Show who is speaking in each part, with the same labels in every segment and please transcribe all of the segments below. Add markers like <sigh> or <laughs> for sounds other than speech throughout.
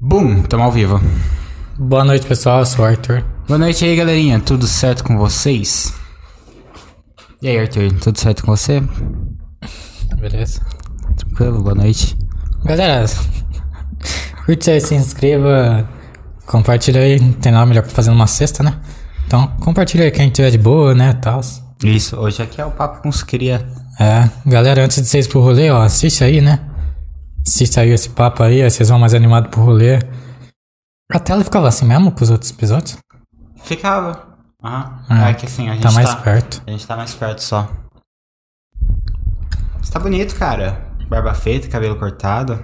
Speaker 1: Bum, tamo ao vivo.
Speaker 2: Boa noite, pessoal. Eu sou o Arthur.
Speaker 1: Boa noite aí, galerinha. Tudo certo com vocês? E aí, Arthur, tudo certo com você?
Speaker 2: Beleza?
Speaker 1: Tranquilo? Boa noite.
Speaker 2: Galera, <laughs> curte aí, se inscreva, compartilha aí. Não tem nada melhor pra fazer numa sexta, né? Então, compartilha aí quem tiver de boa, né, tal.
Speaker 1: Isso, hoje aqui é o papo com os cria.
Speaker 2: É, galera, antes de vocês pro rolê, ó, assiste aí, né? Assiste aí esse papo aí, aí vocês vão mais animado pro rolê. A tela ficava assim mesmo com os outros episódios?
Speaker 1: Ficava. Aham.
Speaker 2: Ah,
Speaker 1: é que assim, a gente
Speaker 2: Tá mais perto.
Speaker 1: A gente tá mais perto só. Você tá bonito, cara. Barba feita, cabelo cortado.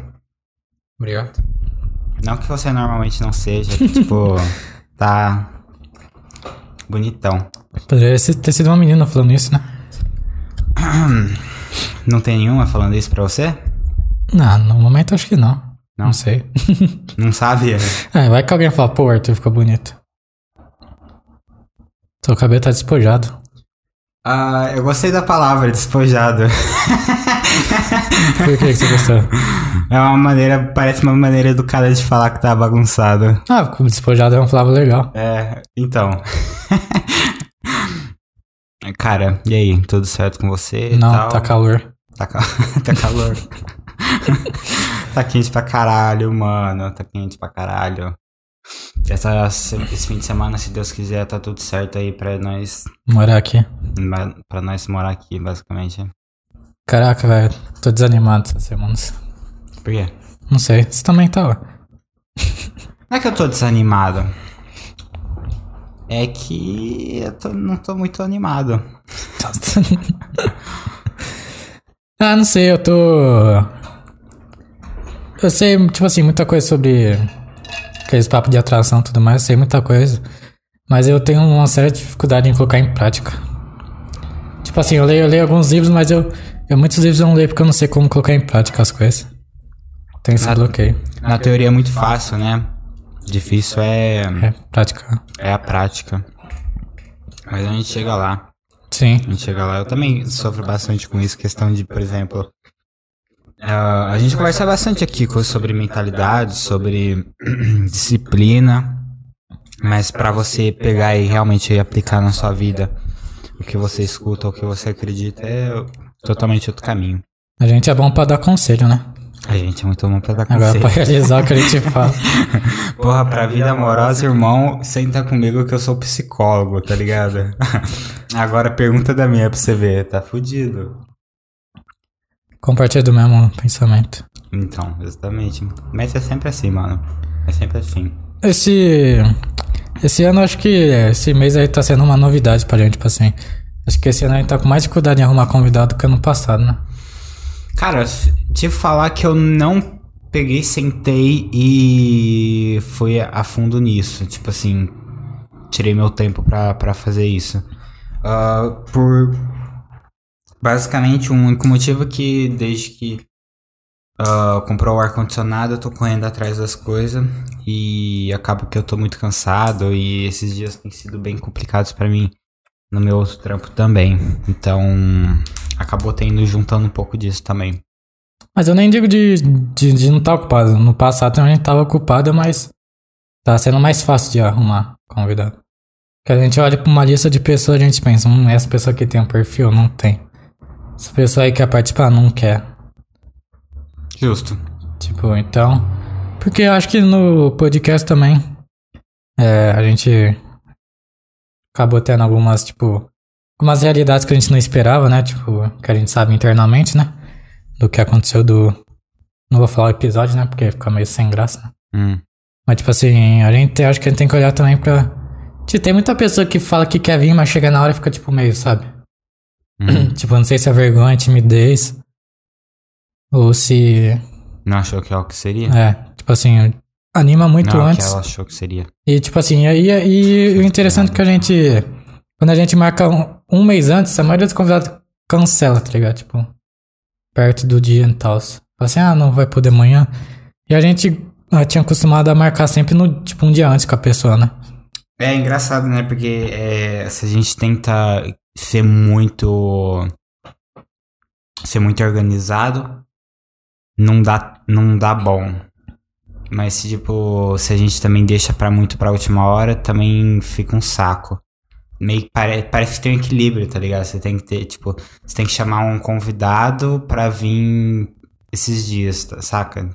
Speaker 2: Obrigado.
Speaker 1: Não que você normalmente não seja, que, <laughs> tipo, tá bonitão.
Speaker 2: Poderia ser- ter sido uma menina falando isso, né?
Speaker 1: Não tem nenhuma falando isso pra você?
Speaker 2: Não, no momento acho que não.
Speaker 1: Não?
Speaker 2: Não, sei.
Speaker 1: Não sabe?
Speaker 2: É, vai que alguém fala, pô, Arthur ficou bonito. Seu cabelo tá despojado.
Speaker 1: Ah, eu gostei da palavra despojado. <laughs>
Speaker 2: Por que, que você gostou?
Speaker 1: <laughs> É uma maneira, parece uma maneira educada de falar que tá bagunçado.
Speaker 2: Ah, com despojado é um Flávio legal.
Speaker 1: É, então. <laughs> Cara, e aí? Tudo certo com você? e
Speaker 2: não,
Speaker 1: tal?
Speaker 2: tá calor.
Speaker 1: Tá, cal- <laughs> tá calor. tá quente pra caralho, mano. Tá quente pra caralho. Essa, esse fim de semana, se Deus quiser, tá tudo certo aí pra nós,
Speaker 2: Morar aqui.
Speaker 1: pra nós morar aqui, basicamente.
Speaker 2: Caraca, velho, tô desanimado essas semanas.
Speaker 1: Por quê?
Speaker 2: Não sei, você também tá, ó.
Speaker 1: Não é que eu tô desanimado. É que eu tô- não tô muito animado.
Speaker 2: Tá desanimado. <laughs> ah, não sei, eu tô... Eu sei, tipo assim, muita coisa sobre aqueles papos de atração e tudo mais, eu sei muita coisa. Mas eu tenho uma séria dificuldade em colocar em prática. Tipo assim, eu leio, eu leio alguns livros, mas eu, eu... Muitos livros eu não leio porque eu não sei como colocar em prática as coisas. Tem esse bloqueio.
Speaker 1: Na teoria é muito fácil, né? Difícil é,
Speaker 2: É, prática.
Speaker 1: é a prática. Mas a gente chega lá.
Speaker 2: Sim.
Speaker 1: A gente chega lá. Eu também sofro bastante com isso, questão de, por exemplo. ah, a gente conversa bastante aqui co- sobre mentalidade, sobre <clears throat> disciplina. Mas pra você pegar e realmente aplicar na sua vida o que você escuta, o que você acredita, é totalmente outro caminho.
Speaker 2: A gente é bom pra dar conselho, né?
Speaker 1: A gente é muito bom pra dar
Speaker 2: Agora, pra
Speaker 1: conselho.
Speaker 2: realizar o que a gente fala.
Speaker 1: Porra, pra vida amorosa, irmão, senta comigo que eu sou psicólogo, tá ligado? <laughs> Agora pergunta da minha pra você ver, tá fudido.
Speaker 2: Compartilha do mesmo pensamento.
Speaker 1: Então, exatamente. Mas é sempre assim, mano. É sempre assim.
Speaker 2: Esse. Esse ano, acho que esse mês aí tá sendo uma novidade pra gente, tipo assim. Acho que esse ano a gente tá com mais dificuldade em arrumar convidado que ano passado, né?
Speaker 1: Cara, te falar que eu não peguei, sentei e fui a fundo nisso. Tipo assim, tirei meu tempo pra, pra fazer isso. Ah, por basicamente um único motivo que desde que ah, comprou o ar-condicionado eu tô correndo atrás das coisas e acabo que eu tô muito cansado e esses dias têm sido bem complicados pra mim no meu outro trampo também. Então, acabou tendo juntando um pouco disso também.
Speaker 2: Mas eu nem digo de, de, de não estar ocupado. No passado também a gente tava ocupado, mas tá sendo mais fácil de arrumar convidado. Porque a gente olha pra uma lista de pessoas e a gente pensa, hum, essa pessoa aqui tem um perfil? Não tem. Essa pessoa aí quer participar? Não quer.
Speaker 1: Justo.
Speaker 2: Tipo, então. Porque eu acho que no podcast também. É, a gente. Acabou tendo algumas, tipo. Algumas realidades que a gente não esperava, né? Tipo, que a gente sabe internamente, né? Do que aconteceu do. Não vou falar o episódio, né? Porque fica meio sem graça. né?
Speaker 1: Hum.
Speaker 2: Mas, tipo assim, a gente acho que a gente tem que olhar também pra. Tipo, Tem muita pessoa que fala que quer vir, mas chega na hora e fica, tipo, meio, sabe? <clears throat>
Speaker 1: Uhum.
Speaker 2: Tipo, não sei se é vergonha, timidez. Ou se.
Speaker 1: Não achou que é o que seria?
Speaker 2: É, tipo assim, anima muito
Speaker 1: Não, é o
Speaker 2: antes.
Speaker 1: que ela achou que seria.
Speaker 2: E tipo assim, aí e, o interessante é que a gente. Quando a gente marca um, um mês antes, a maioria dos convidados cancela, tá ligado? Tipo, perto do dia e tal. Fala assim, ah, não vai poder amanhã. E a gente ah, tinha acostumado a marcar sempre no, tipo, um dia antes com a pessoa, né?
Speaker 1: É engraçado, né? Porque é, se a gente tenta ser muito. ser muito organizado, não dá, não dá bom. Mas, tipo, se a gente também deixa pra muito pra última hora, também fica um saco. Meio que pare- parece que tem um equilíbrio, tá ligado? Você tem que ter, tipo, você tem que chamar um convidado pra vir esses dias, tá- saca?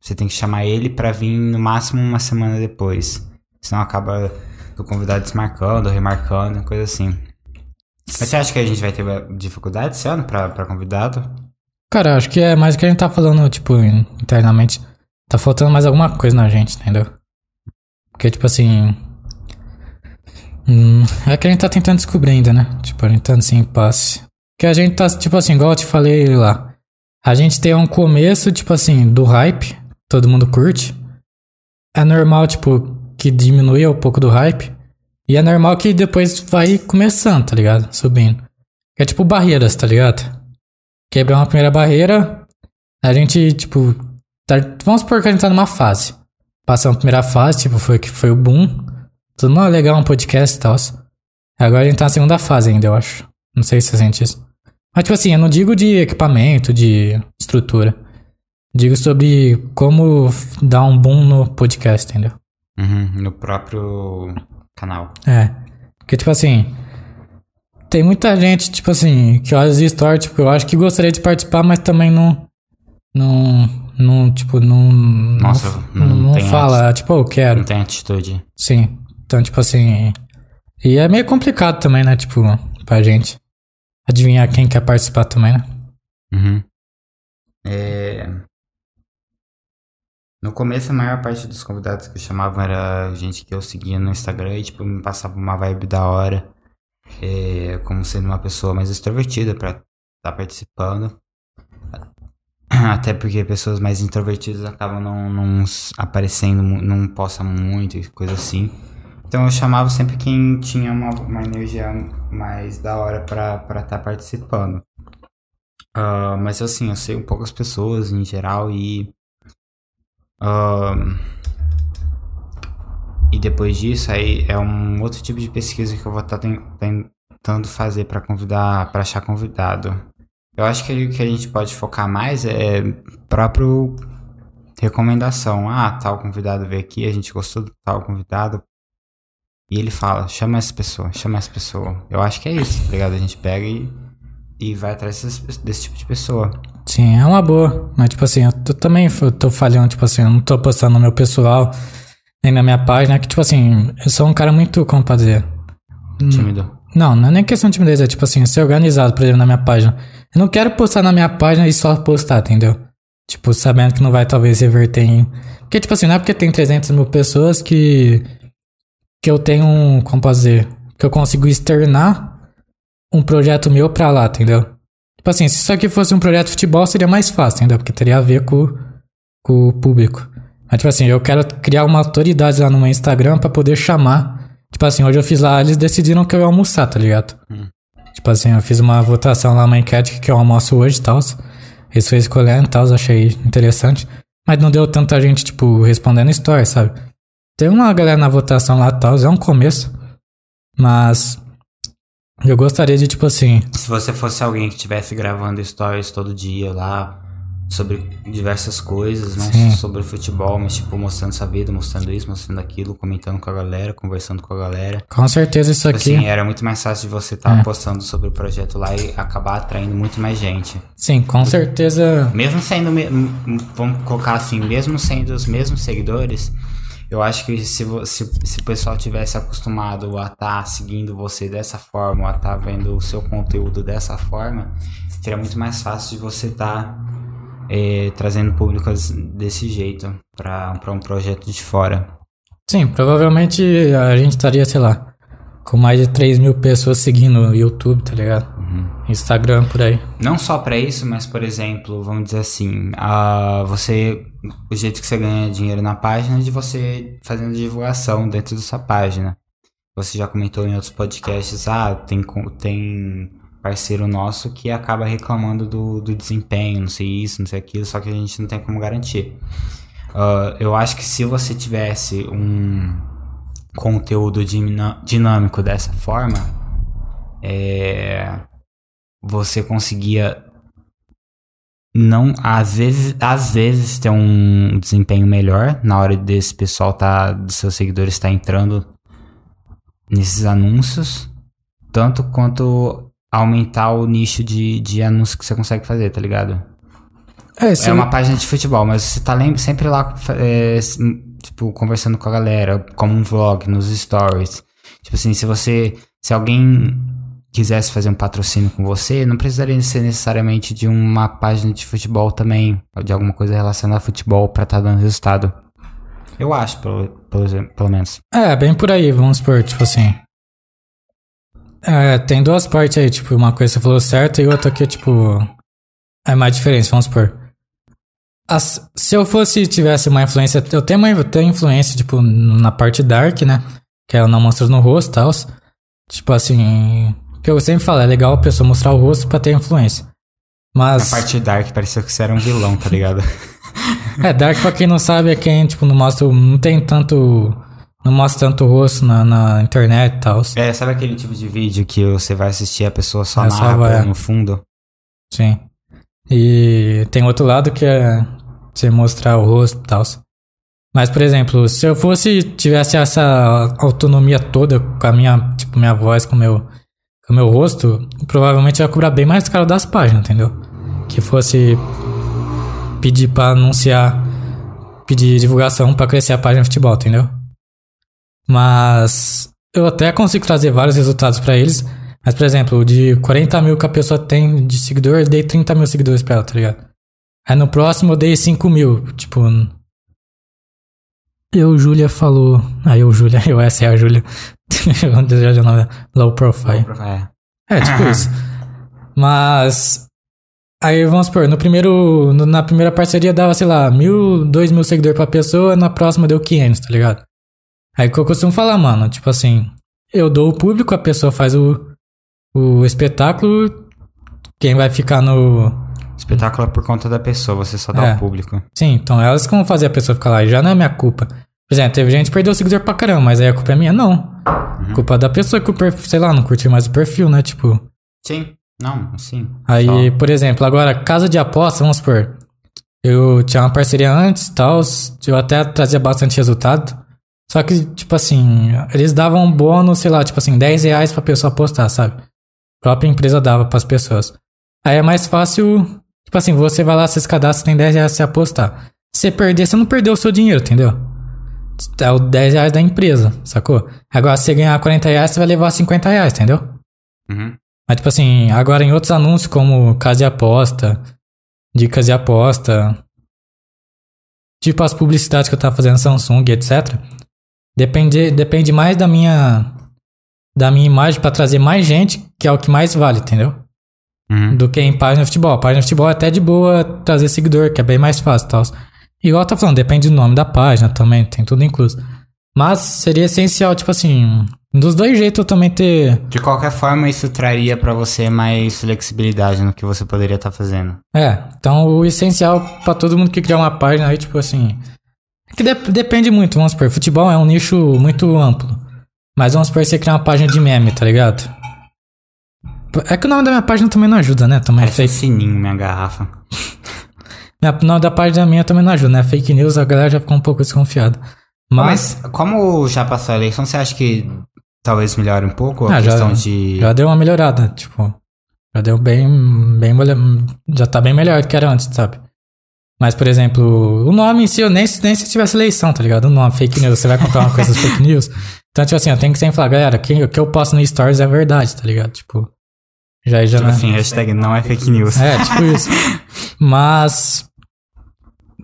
Speaker 1: Você tem que chamar ele pra vir no máximo uma semana depois. Senão acaba o convidado desmarcando, remarcando, coisa assim. Mas você acha que a gente vai ter dificuldade esse ano pra, pra convidado?
Speaker 2: Cara, eu acho que é mais o que a gente tá falando, tipo, in- internamente. Tá faltando mais alguma coisa na gente, entendeu? Porque, tipo assim. hum, é que a gente tá tentando descobrir ainda, né? Tipo, a gente tá nesse impasse. Que a gente tá, tipo assim, igual eu te falei lá. A gente tem um começo, tipo assim, do hype. Todo mundo curte. É normal, tipo, que diminua um pouco do hype. E é normal que depois vai começando, tá ligado? Subindo. É tipo barreiras, tá ligado? quebrar uma primeira barreira, a gente, tipo, tá- vamos supor que a gente tá numa fase. Passamos a primeira fase, tipo, foi que foi o boom. Tudo não, legal, um podcast e tal. Agora a gente tá na segunda fase ainda, eu acho. Não sei se você sente isso. Mas, tipo assim, eu não digo de equipamento, de estrutura. Digo sobre como f- dar um boom no podcast, entendeu?
Speaker 1: Uhum, no próprio canal.
Speaker 2: É. Porque, tipo assim. Tem muita gente, tipo assim, que olha as stories, tipo, eu acho que gostaria de participar, mas também não. Não. Não, tipo, não.
Speaker 1: Nossa,
Speaker 2: não,
Speaker 1: não
Speaker 2: não
Speaker 1: tem
Speaker 2: fala, tipo, eu quero.
Speaker 1: Não tem atitude.
Speaker 2: Sim. Então, tipo assim. E é meio complicado também, né? Tipo, pra gente adivinhar quem quer participar também, né?
Speaker 1: Uhum. É... No começo, a maior parte dos convidados que chamavam era gente que eu seguia no Instagram e, tipo, me passava uma vibe da hora. é, como sendo uma pessoa mais extrovertida pra estar participando. Até porque pessoas mais introvertidas acabam não, não s- aparecendo, mu- não posta muito e coisa assim. Então eu chamava sempre quem tinha uma, uma energia mais da hora pra estar participando. Ah, mas assim, eu sei um pouco as pessoas em geral e. ah, e depois disso, aí é um outro tipo de pesquisa que eu vou estar tentando fazer para convidar, para achar convidado. Eu acho que o que a gente pode focar mais é próprio recomendação. Ah, tal convidado veio aqui, a gente gostou do tal convidado. E ele fala, chama essa pessoa, chama essa pessoa. Eu acho que é isso, tá ligado? A gente pega e e vai atrás dessas- desse tipo de pessoa.
Speaker 2: Sim, é uma boa. Mas, tipo assim, eu tô- também f- eu tô falhando, tipo assim, eu não tô postando no meu pessoal, nem na minha página, que, tipo assim, eu sou um cara muito, como pra dizer.
Speaker 1: Hum. Tímido.
Speaker 2: Não, não é nem questão de timidez, é tipo assim, ser organizado, por exemplo, na minha página. Eu não quero postar na minha página e só postar, entendeu? Tipo, sabendo que não vai talvez reverter em... Porque, tipo assim, não é porque tem 300 mil pessoas que... Que eu tenho um... Como posso dizer? Que eu consigo externar um projeto meu pra lá, entendeu? Tipo assim, se isso aqui fosse um projeto de futebol, seria mais fácil, entendeu? Porque teria a ver com, com o público. Mas, tipo assim, eu quero criar uma autoridade lá no meu Instagram pra poder chamar. Tipo assim, hoje eu fiz lá, eles decidiram que eu ia almoçar, tá ligado?
Speaker 1: Hum.
Speaker 2: Tipo assim, eu fiz uma votação lá, uma enquete que eu almoço hoje e tal. Eles foram escolhendo e tal, achei interessante. Mas não deu tanta gente, tipo, respondendo story, sabe? Tem uma galera na votação lá e tal, é um começo. Mas eu gostaria de, tipo assim,
Speaker 1: Se você fosse alguém que estivesse gravando stories todo dia lá sobre diversas coisas, não
Speaker 2: Sim.
Speaker 1: só sobre futebol, mas tipo mostrando sua vida, mostrando isso, mostrando aquilo, comentando com a galera, conversando com a galera.
Speaker 2: com certeza isso aqui.
Speaker 1: Assim, era muito mais fácil de você estar
Speaker 2: É.
Speaker 1: postando sobre o projeto lá e acabar atraindo muito mais gente.
Speaker 2: Sim, com certeza.
Speaker 1: Mesmo sendo, me- m- m- vamos colocar assim, mesmo sendo os mesmos seguidores, eu acho que se, vo- se, se o pessoal tivesse acostumado a estar seguindo você dessa forma, a estar vendo o seu conteúdo dessa forma, seria muito mais fácil de você estar trazendo público as- desse jeito para um projeto de fora.
Speaker 2: Sim, provavelmente a gente estaria, sei lá, com mais de 3 mil pessoas seguindo o YouTube, tá ligado? Instagram por aí.
Speaker 1: Não só para isso, mas por exemplo, vamos dizer assim, a você o jeito que você ganha dinheiro na página é de você fazendo divulgação dentro da sua página. Você já comentou em outros podcasts, ah, tem co- tem parceiro nosso que acaba reclamando do, do desempenho, não sei isso, não sei aquilo, só que a gente não tem como garantir. Ah, eu acho que se você tivesse um conteúdo dimina- dinâmico dessa forma, é, você conseguia não às vezes às vezes tem um desempenho melhor na hora desse pessoal tá dos seus seguidores estar tá entrando nesses anúncios tanto quanto aumentar o nicho de, de anúncios que você consegue fazer tá ligado
Speaker 2: É, se
Speaker 1: é
Speaker 2: eu-
Speaker 1: uma página de futebol mas você tá lem- sempre lá é, s- tipo conversando com a galera como um vlog nos stories tipo assim se você se alguém quisesse fazer um patrocínio com você, não precisaria ser necessariamente de uma página de futebol também, ou de alguma coisa relacionada a futebol pra estar dando resultado. Eu acho, pelo, pelo, exemplo- pelo menos.
Speaker 2: É, bem por aí, vamos supor, tipo assim. É, tem duas partes aí, tipo, uma coisa você falou certo e outra que, tipo, é mais diferente, vamos supor. As- se eu fosse, tivesse uma influência, eu tenho uma eu tenho influência, tipo, na parte dark, né? Que ela não mostra no rosto e tal. Tipo assim, que eu sempre falo, é legal a pessoa mostrar o rosto pra ter influência.
Speaker 1: Na
Speaker 2: Mas,
Speaker 1: parte dark, parecia que você era um vilão, tá
Speaker 2: <laughs>
Speaker 1: ligado?
Speaker 2: é, dark pra quem não sabe é quem, tipo, não mostra, o- não tem tanto, não mostra tanto o rosto na, na internet e tal.
Speaker 1: é, sabe aquele tipo de vídeo que você vai assistir e a pessoa só
Speaker 2: É,
Speaker 1: na
Speaker 2: só
Speaker 1: narra
Speaker 2: vai.
Speaker 1: pra- no fundo?
Speaker 2: Sim. E tem outro lado que é você mostrar o rosto e tal. Mas, por exemplo, se eu fosse, tivesse essa autonomia toda com a minha, tipo, minha voz, com o meu, com o meu rosto, provavelmente eu ia cobrar bem mais caro das páginas, entendeu? Que fosse pedir pra anunciar, pedir divulgação pra crescer a página de futebol, entendeu? Mas eu até consigo trazer vários resultados pra eles. Mas, por exemplo, de 40 mil que a pessoa tem de seguidor, eu dei 30 mil seguidores pra ela, tá ligado? Aí no próximo eu dei 5 mil. Tipo. Eu, Júlia, falou. Ah, eu, Júlia, <laughs> eu, essa é a Júlia. Vamos dizer o nome dela. Low profile.
Speaker 1: É.
Speaker 2: É, tipo isso. Mas. Aí vamos supor, no primeiro, no- na primeira parceria dava, sei lá, mil, dois mil seguidores pra pessoa, na próxima deu 500, tá ligado? Aí o que eu costumo falar, mano, tipo assim, eu dou o público, a pessoa faz o, o espetáculo, quem vai ficar no.
Speaker 1: Espetáculo é por conta da pessoa, você só dá
Speaker 2: É.
Speaker 1: o público.
Speaker 2: Sim, então elas que vão fazer a pessoa ficar lá, já não é minha culpa. Por exemplo, teve gente que perdeu seguidor pra caramba, mas aí a culpa é minha? Não. Culpa é da pessoa que o perfil, sei lá, não curtiu mais o perfil, né? Tipo.
Speaker 1: Sim. Não, sim.
Speaker 2: Aí,
Speaker 1: Só.
Speaker 2: por exemplo, agora, casa de aposta, vamos supor. Eu tinha uma parceria antes tal, eu até trazia bastante resultado. Só que, tipo assim, eles davam um bônus, sei lá, tipo assim, 10 reais pra pessoa apostar, sabe? A própria empresa dava pras pessoas. Aí é mais fácil, tipo assim, você vai lá, você se cadastra, tem 10 reais pra você apostar. Se você perder, você não perdeu o seu dinheiro, entendeu? É o 10 reais da empresa, sacou? Agora, se você ganhar 40 reais, você vai levar 50 reais, entendeu?
Speaker 1: Uhum.
Speaker 2: Mas, tipo assim, agora em outros anúncios como casa de aposta, dicas de aposta, tipo as publicidades que eu tava fazendo Samsung, etc. Depende, depende mais da minha da minha imagem pra trazer mais gente, que é o que mais vale, entendeu?
Speaker 1: Uhum.
Speaker 2: Do que em página de futebol. Página de futebol é até de boa trazer seguidor, que é bem mais fácil e tal. Igual eu tô falando, depende do nome da página também, tem tudo incluso. Mas seria essencial, tipo assim, dos dois jeitos eu também ter
Speaker 1: De qualquer forma, isso traria pra você mais flexibilidade no que você poderia estar fazendo.
Speaker 2: É, então o essencial pra todo mundo que criar uma página aí, tipo assim. é Que dep- depende muito, vamos supor. Futebol é um nicho muito amplo. Mas vamos supor você criar uma página de meme, tá ligado? É que o nome da minha página também não ajuda, né? Também é
Speaker 1: Parece um
Speaker 2: fake.
Speaker 1: sininho minha garrafa.
Speaker 2: Minha- O nome da página minha também não ajuda, né? Fake news, a galera já ficou um pouco desconfiada. Mas,
Speaker 1: Mas, como já passou a eleição, você acha que talvez melhore um pouco a
Speaker 2: Ah, já-
Speaker 1: questão de.
Speaker 2: já deu uma melhorada, tipo. Já deu bem. bem mole- já tá bem melhor do que era antes, sabe? Mas, por exemplo, o nome em si, eu nem, nem se tivesse eleição, tá ligado? O nome, fake news, você vai contar uma coisa das fake news. Então, tipo assim, eu tenho que sempre falar, galera, quem, o que eu posto no Stories é verdade, tá ligado? Tipo, já já.
Speaker 1: Tipo
Speaker 2: né?
Speaker 1: assim, hashtag não é fake news.
Speaker 2: É, tipo isso. Mas.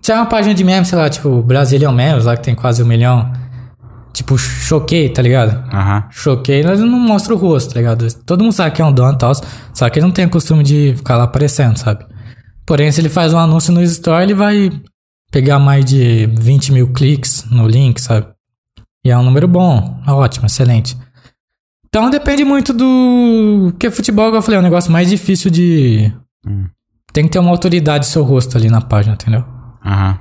Speaker 2: Se é uma página de memes, sei lá, tipo, Brasilian Memes, lá que tem quase um milhão. Tipo, choquei, tá ligado?
Speaker 1: Aham.
Speaker 2: Choquei, mas não mostra o rosto, tá ligado? Todo mundo sabe que é um dono e tal, só que ele não tem o costume de ficar lá aparecendo, sabe? Porém, se ele faz um anúncio no Store, ele vai pegar mais de 20 mil cliques no link, sabe? E é um número bom, ótimo, excelente. Então depende muito do. Porque futebol, como eu falei, é um negócio mais difícil de.
Speaker 1: Hum.
Speaker 2: Tem que ter uma autoridade do seu rosto ali na página, entendeu?
Speaker 1: Aham.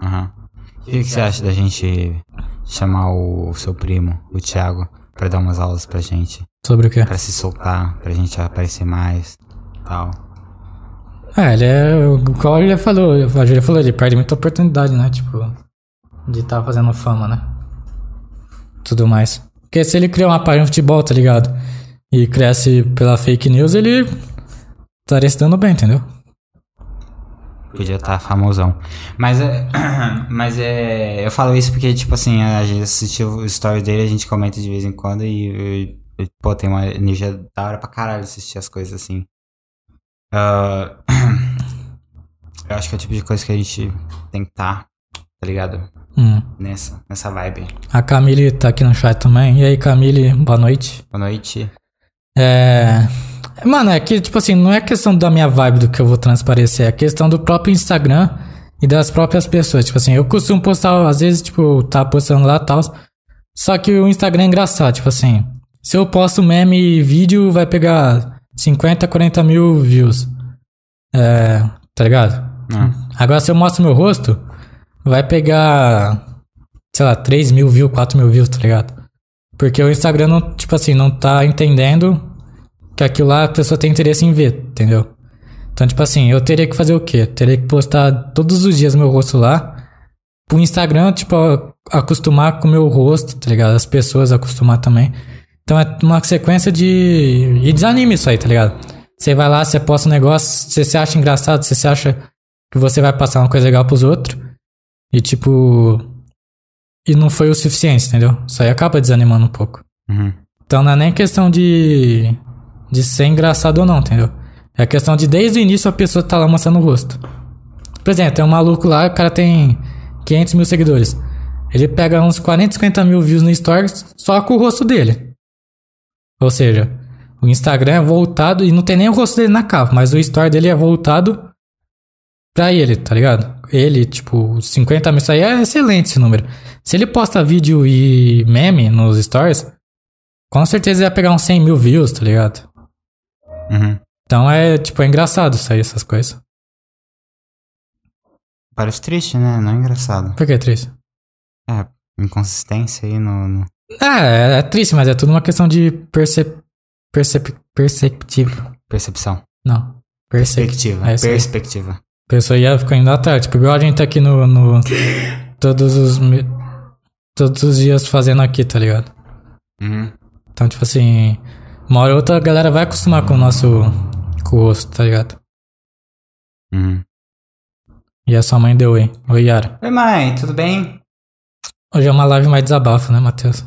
Speaker 1: Aham. O que que você acha da gente chamar o seu primo, o Thiago, pra dar umas aulas pra gente?
Speaker 2: Sobre o quê?
Speaker 1: Pra se soltar, pra gente aparecer mais. Tal.
Speaker 2: Ah, ele é. Igual a Julia falou, a Julia falou, ele perde muita oportunidade, né? Tipo, de estar fazendo fama, né? Tudo mais. Porque se ele criar uma página de futebol, tá ligado? E cresce pela fake news, ele estaria se dando bem, entendeu?
Speaker 1: Podia estar famosão. Mas é. <clears throat> Mas é. Eu falo isso porque, tipo assim, a gente assistiu o story dele, a gente comenta de vez em quando e. e, e pô, tem uma energia da hora pra caralho assistir as coisas assim. Ah, <clears throat> eu acho que é o tipo de coisa que a gente tem que estar, tá ligado?
Speaker 2: Hum.
Speaker 1: Nessa, nessa vibe.
Speaker 2: A Camille tá aqui no chat também. E aí, Camille, boa noite.
Speaker 1: Boa noite.
Speaker 2: É. Mano, é que, tipo assim, não é questão da minha vibe do que eu vou transparecer, é questão do próprio Instagram e das próprias pessoas. Tipo assim, eu costumo postar, às vezes, tipo, tá postando lá e tal. Só que o Instagram é engraçado, tipo assim. Se eu posto meme e vídeo, vai pegar 50, 40 mil views. É. Tá ligado?
Speaker 1: Ah,
Speaker 2: Agora, se eu mostro meu rosto, vai pegar, sei lá, 3 mil views, 4 mil views, tá ligado? Porque o Instagram, não, tipo assim, não tá entendendo que aquilo lá a pessoa tem interesse em ver, entendeu? Então, tipo assim, eu teria que fazer o quê? Eu teria que postar todos os dias meu rosto lá. Pro Instagram, tipo, acostumar com o meu rosto, tá ligado? As pessoas acostumar também. Então é uma sequência de. E desanime isso aí, tá ligado? Você vai lá, você posta um negócio, você se acha engraçado, você se acha que você vai passar uma coisa legal pros outros. E tipo. E não foi o suficiente, entendeu? Isso aí acaba desanimando um pouco.
Speaker 1: uhum.
Speaker 2: Então não é nem questão de. de ser engraçado ou não, entendeu? É questão de desde o início a pessoa tá lá mostrando o rosto. Por exemplo, tem um maluco lá, o cara tem 500 mil seguidores. Ele pega uns 40, 50 mil views no Stories só com o rosto dele. Ou seja, o Instagram é voltado e não tem nem o rosto dele na capa, mas o Story dele é voltado pra ele, tá ligado? Ele, tipo, 50 mil, isso aí é excelente esse número. Se ele posta vídeo e meme nos Stories, com certeza ia pegar uns 100 mil views, tá ligado?
Speaker 1: Uhum.
Speaker 2: Então é, tipo, é engraçado isso aí, essas coisas.
Speaker 1: Parece triste, né? Não é engraçado.
Speaker 2: Por que é triste?
Speaker 1: É, inconsistência aí no. no-
Speaker 2: Ah, é, é triste, mas é tudo uma questão de percep... percep... perceptivo.
Speaker 1: Percepção.
Speaker 2: Não. Perceptivo.
Speaker 1: Perspectiva.
Speaker 2: É isso aí.
Speaker 1: perspectiva.
Speaker 2: A pessoa ia ficando indo atrás. Tipo, igual a gente tá aqui no... no- todos os... me- Todos os dias fazendo aqui, tá ligado?
Speaker 1: Uhum.
Speaker 2: Então, tipo assim... Uma hora ou outra a galera vai acostumar com o nosso... Com o rosto, tá ligado?
Speaker 1: Uhum.
Speaker 2: E a sua mãe deu, hein? Oi, Yara.
Speaker 1: Oi, mãe, tudo bem?
Speaker 2: Hoje é uma live mais desabafo, né, Matheus?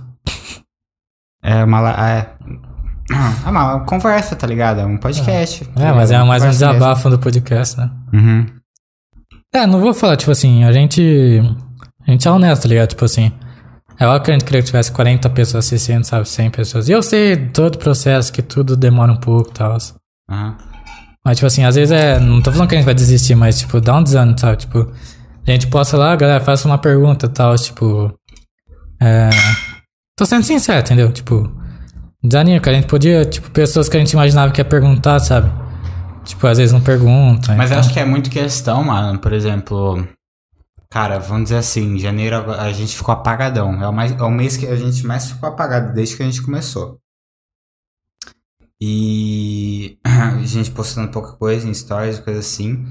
Speaker 1: É uma. la- É, <clears throat> é uma conversa, tá ligado? É um podcast.
Speaker 2: É, mas é mais um desabafo do podcast, né?
Speaker 1: Uhum.
Speaker 2: É, não vou falar, tipo assim, a gente. A gente é honesto, tá ligado? Tipo assim. É óbvio que a gente queria que tivesse 40 pessoas assistindo, sabe? 100 pessoas. E eu sei todo o processo, que tudo demora um pouco e tal.
Speaker 1: Aham.
Speaker 2: Mas, tipo assim, às vezes é. Não tô falando que a gente vai desistir, mas, tipo, dá um desânimo, sabe? Tipo, a gente posta lá, galera, faça uma pergunta e tal, tipo. É. Tô sendo sincero, entendeu? Tipo, desanimo, que a gente podia, tipo, pessoas que a gente imaginava que ia perguntar, sabe? Tipo, às vezes não pergunta.
Speaker 1: Mas eu
Speaker 2: então-
Speaker 1: acho que é muito questão, mano. Por exemplo, cara, vamos dizer assim, janeiro agora- a gente ficou apagadão. É o, mais, é o mês que a gente mais ficou apagado desde que a gente começou. E <clears throat> a gente postando pouca coisa em stories, coisa assim.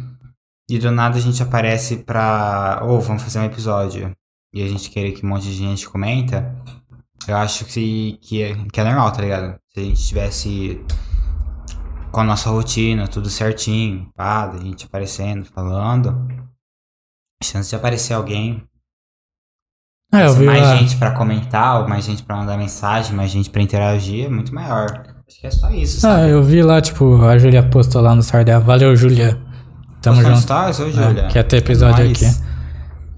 Speaker 1: E do nada a gente aparece pra. Ou vamos fazer um episódio. E a gente querer que um monte de gente comenta. Eu acho que, que, é, que é normal, tá ligado? Se a gente tivesse com a nossa rotina, tudo certinho, pá, da gente aparecendo, falando. A chance de aparecer alguém,
Speaker 2: Ah, eu vi
Speaker 1: mais
Speaker 2: lá-
Speaker 1: gente pra comentar, ou mais gente pra mandar mensagem, mais gente pra interagir, é muito maior. Acho que é só isso, sabe?
Speaker 2: Ah, eu vi lá, tipo, a Júlia postou lá no Sardel. Valeu, Júlia.
Speaker 1: Postou
Speaker 2: Tamo
Speaker 1: no
Speaker 2: junto.
Speaker 1: Stories, ô,
Speaker 2: É,
Speaker 1: Júlia.
Speaker 2: Quer ter episódio
Speaker 1: Nós.
Speaker 2: aqui.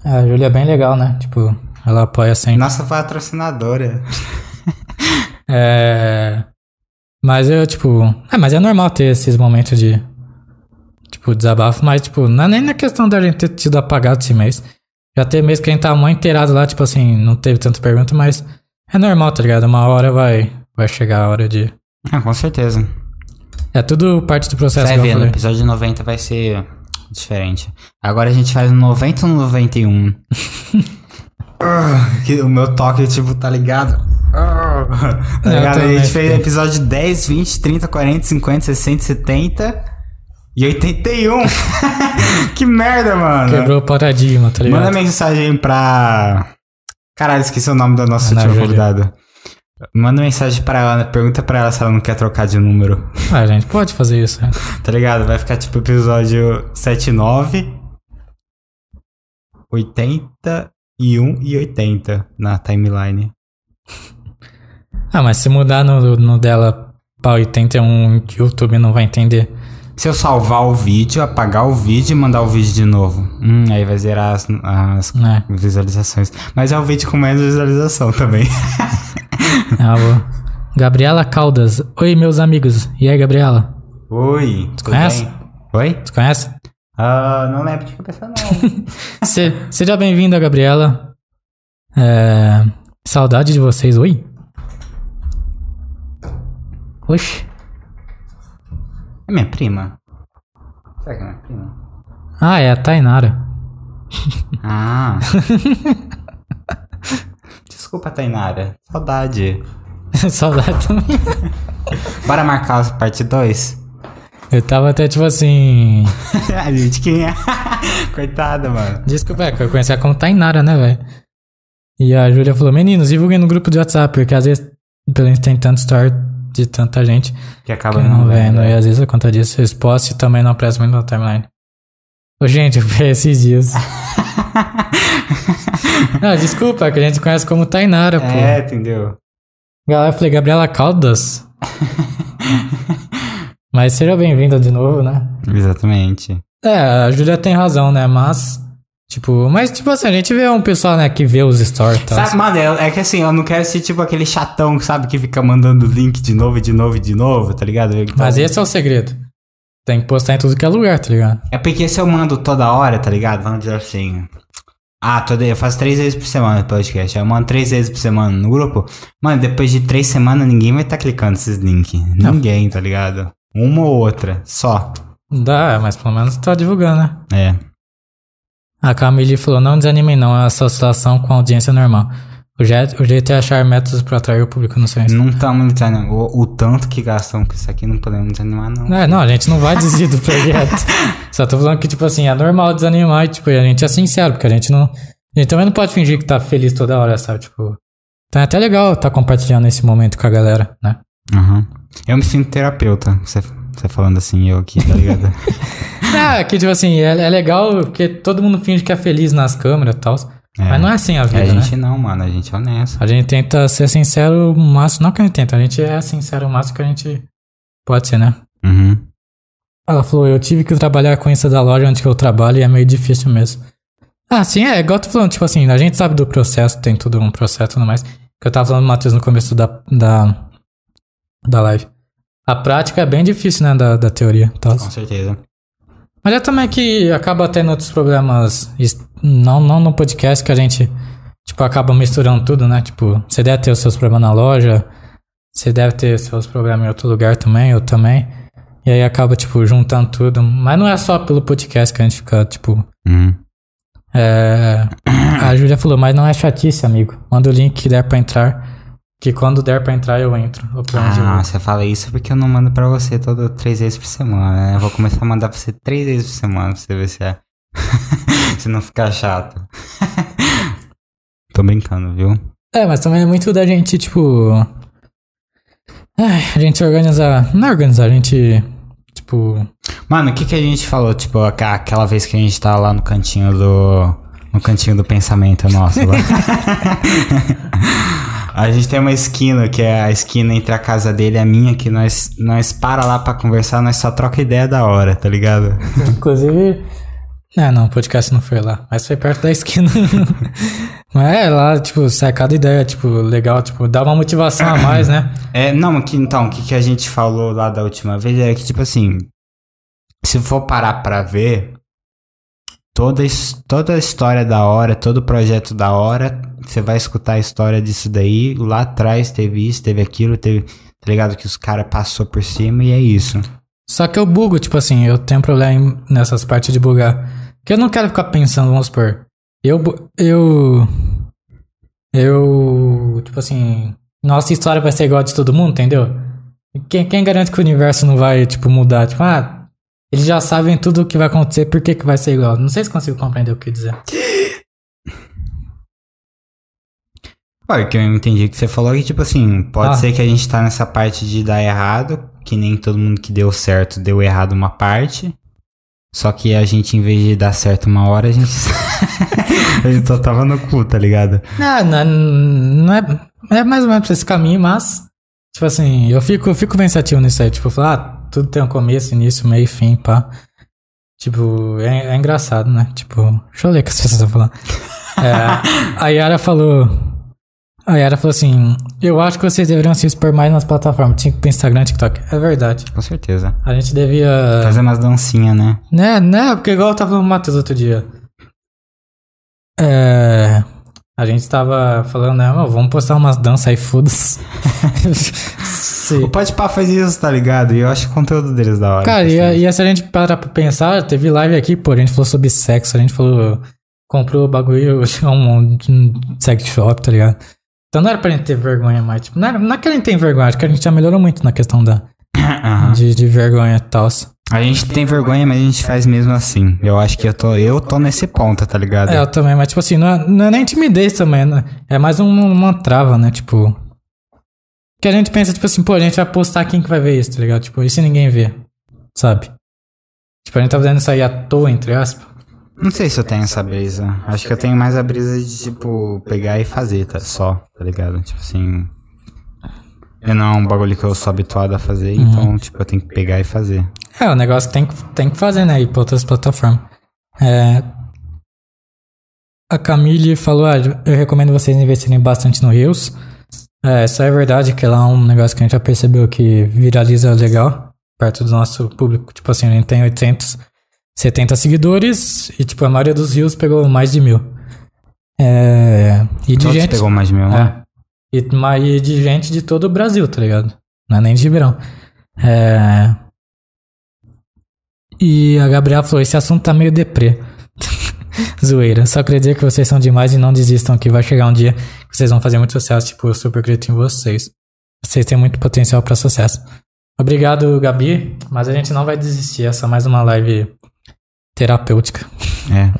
Speaker 2: A Júlia é bem legal, né? Tipo, ela apoia
Speaker 1: <laughs>
Speaker 2: sempre.
Speaker 1: Nossa patrocinadora.
Speaker 2: É. Mas eu, tipo. É, mas é normal ter esses momentos de. Tipo, desabafo, mas, tipo, não é nem na questão da gente ter tido apagado esse mês. Já teve mês que a gente tá mó inteirado lá, tipo assim, não teve tanta pergunta, mas é normal, tá ligado? Uma hora vai, vai chegar a hora de.
Speaker 1: Ah, com certeza.
Speaker 2: É tudo parte do processo
Speaker 1: Você
Speaker 2: que
Speaker 1: vai
Speaker 2: eu
Speaker 1: ver, no
Speaker 2: falei.
Speaker 1: episódio 90 vai ser diferente. Agora a gente faz um no 90 ou no 91? <laughs> Ah, que o meu toque, tipo, tá ligado? Ah, tá
Speaker 2: Eu
Speaker 1: ligado? A
Speaker 2: também
Speaker 1: gente fez
Speaker 2: fiquei.
Speaker 1: episódio 10, 20, 30, 40, 50, 60, 70. E 81? <laughs> que merda, mano.
Speaker 2: Quebrou o paradigma, tá ligado?
Speaker 1: Manda mensagem pra. Caralho, esqueci o nome da nossa
Speaker 2: Ana
Speaker 1: última
Speaker 2: Júlia.
Speaker 1: convidada. Manda mensagem pra ela, pergunta pra ela se ela não quer trocar de número.
Speaker 2: Ah, gente, pode fazer isso. né?
Speaker 1: Tá ligado? Vai ficar tipo episódio 79, 81 e 80 na timeline.
Speaker 2: Ah, mas se mudar no, no dela pra 81, o YouTube não vai entender.
Speaker 1: Se eu salvar o vídeo, apagar o vídeo e mandar o vídeo de novo. Hum, aí vai zerar as, as
Speaker 2: né?
Speaker 1: visualizações. Mas é o vídeo com menos visualização também.
Speaker 2: Ah, vou. Gabriela Caldas. Oi, meus amigos. E aí, Gabriela?
Speaker 1: <laughs> Oi, tudo
Speaker 2: conhece?
Speaker 1: bem? Oi?
Speaker 2: Tu conhece?
Speaker 1: Ah, não lembro de cabeça não.
Speaker 2: Se- seja bem-vinda, Gabriela. É, saudade de vocês, oi? Oxi.
Speaker 1: <laughs> é minha prima? Será que é minha prima?
Speaker 2: Ah, é a Tainara. <laughs>
Speaker 1: Ah. <laughs> Desculpa, Tainara. Saudade.
Speaker 2: saudade também.
Speaker 1: Bora marcar a parte 2?
Speaker 2: Eu tava até tipo assim.
Speaker 1: <laughs> a gente quem é? <laughs> Coitada, mano.
Speaker 2: Desculpa, é que eu conhecia como Tainara, né, velho? E a Júlia falou: Meninos, divulguem no grupo de WhatsApp, porque às vezes pelo menos tem tanto story de tanta gente
Speaker 1: Que acaba
Speaker 2: que não vendo. E
Speaker 1: né?
Speaker 2: às vezes, por conta disso, vocês postam e também não aparece muito na timeline. Ô, gente, <laughs> foi esses dias. não, desculpa, que a gente conhece como Tainara, pô.
Speaker 1: É, entendeu?
Speaker 2: Galera, eu falei, Gabriela Caldas. Mas seja bem-vinda de novo, né?
Speaker 1: Exatamente.
Speaker 2: É, a Julia tem razão, né? Mas, tipo, mas tipo assim, a gente vê um pessoal, né, que vê os stories e tal.
Speaker 1: Sabe, mano, é, é que assim, eu não quero ser tipo aquele chatão, sabe, que fica mandando link de novo, e de novo, e de novo, tá ligado? Então,
Speaker 2: Mas esse é o segredo. Tem que postar em tudo que é lugar, tá ligado?
Speaker 1: É porque se eu mando toda hora, tá ligado? Vamos dizer assim. Ah, toda, eu faço três vezes por semana o podcast. aí Eu mando três vezes por semana no grupo. Mano, depois de três semanas ninguém vai estar tá clicando nesses links. Ninguém, tá ligado? Uma ou outra, só.
Speaker 2: Dá, mas pelo menos tá divulgando, né?
Speaker 1: É.
Speaker 2: A Camille falou, não desanimem não, é essa situação com a audiência normal. O jeito, o jeito é achar métodos pra atrair o público no seu Instagram.
Speaker 1: Não tá muito desanimado. O, o tanto que gastam com isso aqui não podemos desanimar, não.
Speaker 2: É, não, a gente não vai desistir do projeto. Só tô falando que, tipo assim, é normal desanimar e, tipo, a gente é sincero, porque a gente não. A gente também não pode fingir que tá feliz toda hora, sabe? Tipo. Então é até legal tá compartilhando esse momento com a galera, né?
Speaker 1: Aham. Eu me sinto terapeuta. Você você falando assim, eu aqui, tá ligado?
Speaker 2: Ah, que, tipo assim, é, é legal porque todo mundo finge que é feliz nas câmeras e tal. <laughs> Mas não é assim a vida,
Speaker 1: a
Speaker 2: né?
Speaker 1: gente não, mano. A gente é honesto.
Speaker 2: A gente tenta ser sincero o máximo. Não que a gente tenta, a gente é sincero o máximo que a gente pode ser, né?
Speaker 1: Uhum.
Speaker 2: Ela falou, eu tive que trabalhar com isso da loja onde que eu trabalho e é meio difícil mesmo. Ah, sim, é, igual eu tô falando, tipo assim, a gente sabe do processo, tem tudo um processo e tudo mais. Que eu tava falando, Matheus, no começo da, da, da live. A prática é bem difícil, né, da, da teoria. Tá?
Speaker 1: Com certeza.
Speaker 2: Mas é também que acaba tendo outros problemas, is- não, não no podcast, que a gente, tipo, acaba misturando tudo, né? Tipo, você deve ter os seus problemas na loja, você deve ter os seus problemas em outro lugar também, eu também. E aí acaba, tipo, juntando tudo. Mas não é só pelo podcast que a gente fica, tipo...
Speaker 1: Uhum.
Speaker 2: é, A Júlia falou, mas não é chatice, amigo. Manda o link que der pra entrar, que quando der pra entrar eu entro. Ou pra onde Então, eu vou.
Speaker 1: Ah, você fala isso porque eu não mando pra você todo três vezes por semana, né? Eu vou começar a mandar pra você três vezes por semana pra você ver se é. <laughs> se não ficar chato. <laughs> Tô brincando, viu?
Speaker 2: É, mas também é muito da gente, tipo. Ai, a gente organizar. Não é organizar, a gente. Tipo.
Speaker 1: Mano, o que que a gente falou, tipo, aqua- aquela vez que a gente tava lá no cantinho do... No cantinho do pensamento nosso lá. A gente tem uma esquina, que é a esquina entre a casa dele e a minha, que nós, nós para lá pra conversar, nós só troca ideia da hora, tá ligado?
Speaker 2: Inclusive. É, não, o podcast não foi lá, mas foi perto da esquina. <laughs> mas é, lá, tipo, sai cada ideia, tipo, legal, tipo, dá uma motivação a mais, né?
Speaker 1: É, não, que, então, o que, que a gente falou lá da última vez é que, tipo assim, se for parar pra ver, toda, his- toda a história da hora, todo projeto da hora, você vai escutar a história disso daí, lá atrás teve isso, teve aquilo, teve, tá ligado? Que os caras passou por cima e é isso.
Speaker 2: Só que eu bugo, tipo assim, eu tenho problema em- nessas partes de bugar. Que eu não quero ficar pensando, vamos supor. Eu. bu- Eu. Eu. Tipo assim. Nossa história vai ser igual a de todo mundo, entendeu? Quem, quem garante que o universo não vai, tipo, mudar? Tipo, ah. Eles já sabem tudo o que vai acontecer, por que que vai ser igual. Não sei se consigo compreender o que eu quis dizer.
Speaker 1: Olha, o que eu entendi que você falou é que, tipo assim, pode
Speaker 2: Ah.
Speaker 1: ser que a gente tá nessa parte de dar errado, que nem todo mundo que deu certo deu errado uma parte. Só que a gente, em vez de dar certo uma hora, a gente. <laughs> a gente só tava no cu, tá ligado?
Speaker 2: Não, não, É, né, não é, é mais ou menos pra esse caminho, mas, tipo assim, eu fico, eu fico pensativo nisso aí. Tipo, falar, ah, tudo tem um começo, início, meio, e fim, pá. Tipo, é, é engraçado, né? Tipo, deixa eu ler o que as pessoas estão falando. É, a Yara falou. A Yara falou assim: Eu acho que vocês deveriam se expor mais nas plataformas, tipo Instagram, TikTok. É verdade.
Speaker 1: Com certeza.
Speaker 2: A gente devia.
Speaker 1: Fazer umas dancinhas, né?
Speaker 2: Né, né? Porque igual eu tava falando com o Matheus outro dia. É. A gente tava falando, né? "Meu, Vamos postar umas danças aí, foda-se. Sim.
Speaker 1: O Pode Pá faz isso, tá ligado? E eu acho o conteúdo deles da hora.
Speaker 2: Cara,
Speaker 1: assim.
Speaker 2: e, e se a gente parar pra pensar, teve live aqui, pô, a gente falou sobre sexo, a gente falou. Comprou o bagulho, <laughs> um, um sex shop, tá ligado? Então não era pra gente ter vergonha mais. Tipo, não, era, não é que a gente tem vergonha, acho que a gente já melhorou muito na questão da,
Speaker 1: Aham.
Speaker 2: de, de vergonha e tal.
Speaker 1: A gente tem vergonha, mas a gente faz mesmo assim. Eu acho que eu tô, eu tô nesse ponto, tá ligado?
Speaker 2: É, eu também, mas tipo assim, não é, não é nem timidez também, né? É mais um- uma trava, né? Tipo. Que a gente pensa, tipo assim, pô, a gente vai postar quem que vai ver isso, tá ligado? Tipo, e se ninguém vê? Sabe? Tipo, a gente tá fazendo isso aí à toa, entre aspas.
Speaker 1: Não sei se eu tenho essa brisa. Acho que eu tenho mais a brisa de, tipo, pegar e fazer, tá? Só, tá ligado? Tipo assim. Eu não é um bagulho que eu sou habituado a fazer,
Speaker 2: Uhum.
Speaker 1: então, tipo, eu tenho que pegar e fazer.
Speaker 2: É, o negócio que tem que, tem que fazer, né? Ir pra outras plataformas. É. A Camille falou, ah, eu recomendo vocês investirem bastante no Reels. É, isso é verdade, que lá é um negócio que a gente já percebeu que viraliza legal, perto do nosso público. Tipo assim, a gente tem 870 seguidores e, tipo, a maioria dos Reels pegou mais de mil. É. E de
Speaker 1: Todos
Speaker 2: gente.
Speaker 1: pegou mais meu, né?
Speaker 2: É. E, mas e de gente de todo o Brasil, tá ligado? Não é nem de Ribeirão. É... E a Gabriela falou: esse assunto tá meio deprê. <laughs> Zoeira. Só queria dizer que vocês são demais e não desistam, que vai chegar um dia que vocês vão fazer muito sucesso. Tipo, eu super acredito em vocês. Vocês têm muito potencial pra sucesso. Obrigado, Gabi. Mas a gente não vai desistir. Essa é mais uma live terapêutica.
Speaker 1: É.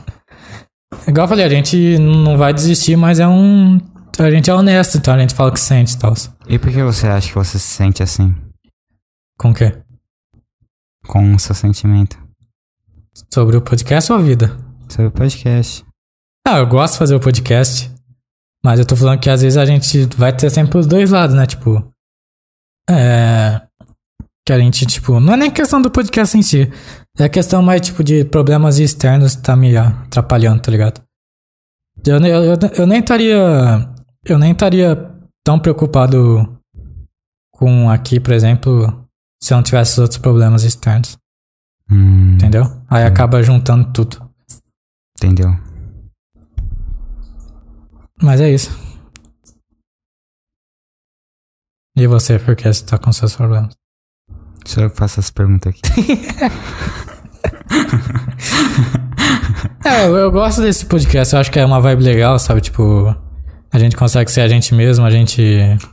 Speaker 2: É Igual eu falei, a gente não vai desistir, mas é um. A gente é honesto, então a gente fala o que sente e tal.
Speaker 1: E por que você acha que você se sente assim?
Speaker 2: Com o quê?
Speaker 1: Com o seu sentimento?
Speaker 2: Sobre o podcast ou a vida?
Speaker 1: Sobre o podcast.
Speaker 2: Ah, eu gosto de fazer o podcast. Mas eu tô falando que às vezes a gente vai ter sempre os dois lados, né? Tipo. É. Que a gente, tipo. Não é nem questão do podcast em si. É questão mais, tipo, de problemas externos que tá me atrapalhando, tá ligado? Eu, ne- eu, eu, eu nem estaria. Eu nem estaria tão preocupado com aqui, por exemplo, se eu não tivesse os outros problemas externos,
Speaker 1: Hum,
Speaker 2: entendeu? Aí acaba juntando tudo.
Speaker 1: entendeu?
Speaker 2: Mas é isso. E você, por que você tá com seus problemas?
Speaker 1: Deixa eu faço as perguntas
Speaker 2: <laughs>
Speaker 1: aqui.
Speaker 2: É, eu, eu gosto desse podcast, eu acho que é uma vibe legal, sabe? Tipo, a gente consegue ser a gente mesmo, a gente.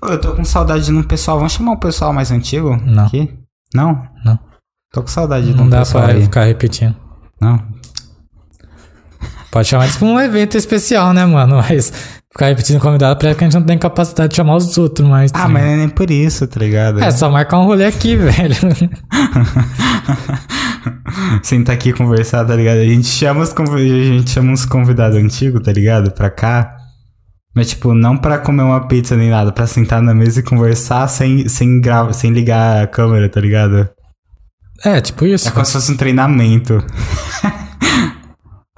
Speaker 1: Ô, eu tô com saudade de um pessoal. Vamos chamar o pessoal mais antigo?
Speaker 2: Não.
Speaker 1: Aqui? Não?
Speaker 2: Não.
Speaker 1: Tô com saudade de
Speaker 2: Não
Speaker 1: um
Speaker 2: dá
Speaker 1: pessoal
Speaker 2: pra
Speaker 1: aí.
Speaker 2: ficar assim. repetindo.
Speaker 1: Não?
Speaker 2: Pode chamar isso pra um evento especial, né, mano? <laughs> Mas ficar repetindo convidado parece que a gente não tem capacidade de chamar os outros, mas.
Speaker 1: Ah, mas não é nem por isso, tá ligado?
Speaker 2: É só marcar um rolê aqui, <laughs> velho.
Speaker 1: sentar aqui e conversar, tá ligado? A gente chama os, conv- a gente chama uns convidados antigos, tá ligado? Pra cá. Mas, tipo, não pra comer uma pizza nem nada, pra sentar na mesa e conversar sem, sem, gra... sem ligar a câmera, tá ligado?
Speaker 2: É, tipo isso.
Speaker 1: É como se fosse um treinamento.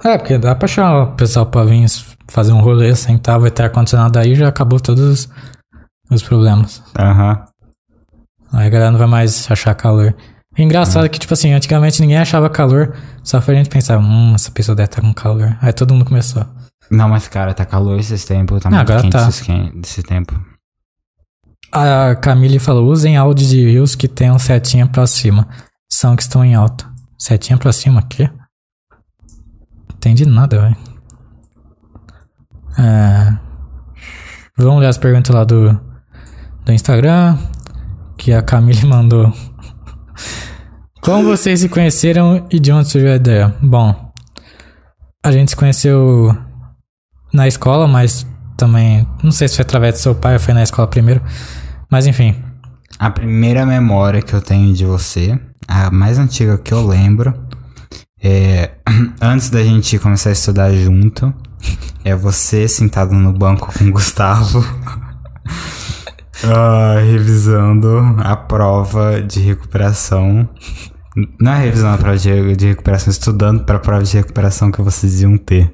Speaker 2: É, porque dá pra chamar o pessoal pra vir fazer um rolê, sentar, vai ter ar-condicionado aí, já acabou todos os, os problemas.
Speaker 1: Aham.
Speaker 2: Aí a galera não vai mais achar calor. Engraçado que, tipo assim, antigamente ninguém achava calor, só foi a gente pensar, hum, essa pessoa deve estar com calor. Aí todo mundo começou.
Speaker 1: Não, mas, cara, tá calor esses tempos, tá
Speaker 2: Não,
Speaker 1: muito
Speaker 2: agora
Speaker 1: quente
Speaker 2: tá.
Speaker 1: esses quen- esse tempo.
Speaker 2: A Camille falou, usem áudio de reels que tenham setinha pra cima. São que estão em alta. Setinha pra cima, quê? Entendi nada, velho. É... Vamos ler as perguntas lá do, <laughs> do Instagram. Que a Camille mandou. Como vocês se conheceram e de onde surgiu a ideia? Bom, a gente se conheceu na escola, mas também. Não sei se foi através do seu pai ou foi na escola primeiro. Mas enfim.
Speaker 1: A primeira memória que eu tenho de você, a mais antiga que eu lembro, é <clears throat> antes da gente começar a estudar junto, é você sentado no banco com o Gustavo, <laughs> ah, revisando a prova de recuperação. Não é revisando a prova de, de recuperação, estudando para a prova de recuperação que vocês iam ter.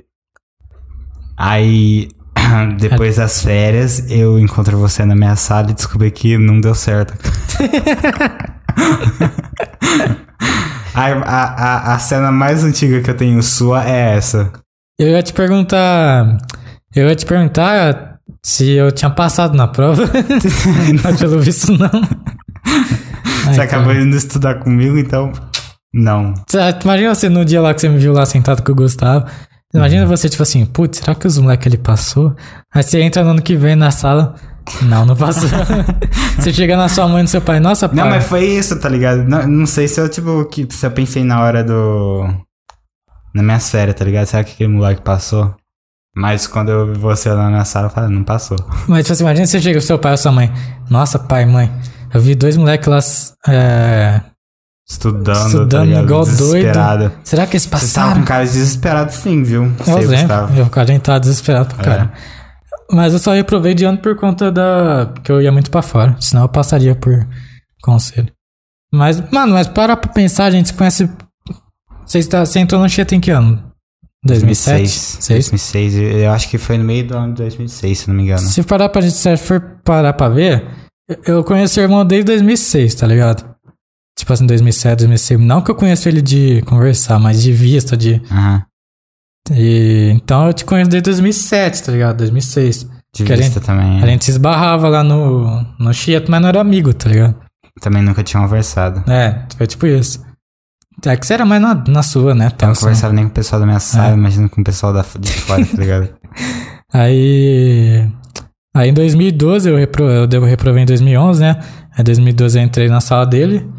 Speaker 1: Aí, <coughs> depois das férias, eu encontro você na minha sala e descobri que não deu certo.
Speaker 2: <laughs>
Speaker 1: a, a, a, a cena mais antiga que eu tenho sua é essa.
Speaker 2: Eu ia te perguntar. Eu ia te perguntar se eu tinha passado na prova. <laughs> Mas pelo visto, não.
Speaker 1: <laughs> Você
Speaker 2: Ai, cara.
Speaker 1: acabou indo estudar comigo, então. Não.
Speaker 2: Tá, Imagina você no dia lá que você me viu lá sentado com o Gustavo. Imagina você, tipo assim, putz, será que os moleques ele passou? Aí você entra no ano que vem na sala. Não,
Speaker 1: <laughs>
Speaker 2: não passou. você chega na sua mãe e no seu pai, nossa, pai.
Speaker 1: Não, mas foi isso, tá ligado? Não, não sei se eu, tipo, que, se eu pensei na hora do. Na minha férias, tá ligado? Será que aquele moleque passou? Mas quando eu vi você lá na minha sala, eu falei, não passou.
Speaker 2: Mas, tipo assim, imagina você chega pro seu pai ou sua mãe. Nossa, pai, mãe, eu vi dois moleques lá é,
Speaker 1: Estudando, tá
Speaker 2: estudando
Speaker 1: ligado?
Speaker 2: igual doido.
Speaker 1: desesperado.
Speaker 2: Será que eles
Speaker 1: Você tava
Speaker 2: passaram?
Speaker 1: com cara de desesperado sim, viu?
Speaker 2: Eu
Speaker 1: Sei,
Speaker 2: lembro, eu ficava tava desesperado pra cara. Mas eu só reprovei de ano por conta da... Porque eu ia muito pra fora, senão eu passaria por conselho. Mas, mano, mas para pra pensar, a gente se conhece... Você, está, você entrou no Chieta em que ano? 2007? 2006?
Speaker 1: 2006. Eu acho que foi no meio do ano de 2006, se não me engano.
Speaker 2: Se parar pra gente, se for parar pra ver, eu conheço o irmão desde 2006, tá ligado? Tipo assim, 2007, 2006. Não que eu conheço ele de conversar, mas de vista, de...
Speaker 1: Aham.
Speaker 2: E, então eu te conheço desde 2007, tá ligado? 2006.
Speaker 1: De
Speaker 2: Que a
Speaker 1: vista também. né?
Speaker 2: A gente se esbarrava lá no, no Chieto, mas não era amigo, tá ligado?
Speaker 1: Também nunca tinha conversado.
Speaker 2: É, foi tipo isso. É que você era mais na, na sua, né? Tal,
Speaker 1: Não
Speaker 2: assim.
Speaker 1: conversava nem com o pessoal da minha sala, imagina com o pessoal da, de fora, tá
Speaker 2: <laughs>
Speaker 1: ligado?
Speaker 2: Aí. Aí em 2012 eu, repro, eu devo reprovei em 2011, né? Aí em 2012 eu entrei na sala dele.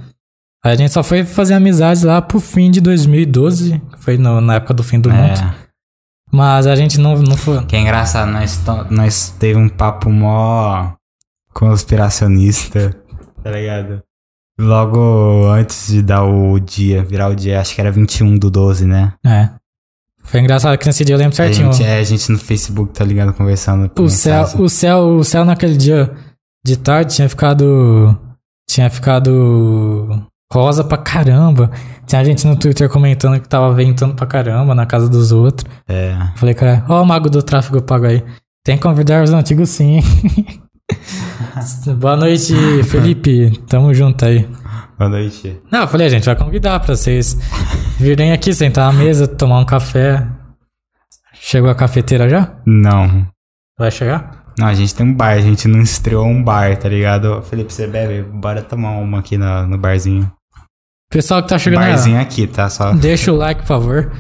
Speaker 2: Aí a gente só foi fazer amizade lá pro fim de 2012. que Foi no- na época do fim do mundo.
Speaker 1: É.
Speaker 2: Mas a gente não, não foi.
Speaker 1: Que é engraçado, nós, to- nós teve um papo mó conspiracionista, tá ligado? Logo antes de dar o dia, virar o dia, acho que era 21 do 12, né?
Speaker 2: É. Foi engraçado que nesse dia eu lembro
Speaker 1: A
Speaker 2: certinho.
Speaker 1: gente, é, a gente no Facebook, tá ligado? Conversando. por
Speaker 2: O céu,
Speaker 1: mensagem.
Speaker 2: o céu, o céu naquele dia de tarde tinha ficado tinha ficado rosa pra caramba. Tinha gente no Twitter comentando que tava ventando pra caramba na casa dos outros.
Speaker 1: É.
Speaker 2: Falei, cara, ó o mago do tráfego pago aí. Tem que convidar os antigos sim. <laughs> Boa noite, Felipe. Tamo junto aí.
Speaker 1: Boa noite.
Speaker 2: Não, eu falei, a gente vai convidar pra vocês virem aqui, sentar à mesa, tomar um café. Chegou a cafeteira já?
Speaker 1: Não.
Speaker 2: Vai chegar?
Speaker 1: Não, a gente tem um bar, a gente não estreou um bar, tá ligado? Ô, Felipe, você bebe? Bora tomar uma aqui no, no barzinho.
Speaker 2: Pessoal que tá chegando aí, ó.
Speaker 1: Barzinho aqui, tá? Só.
Speaker 2: Deixa o like, por favor.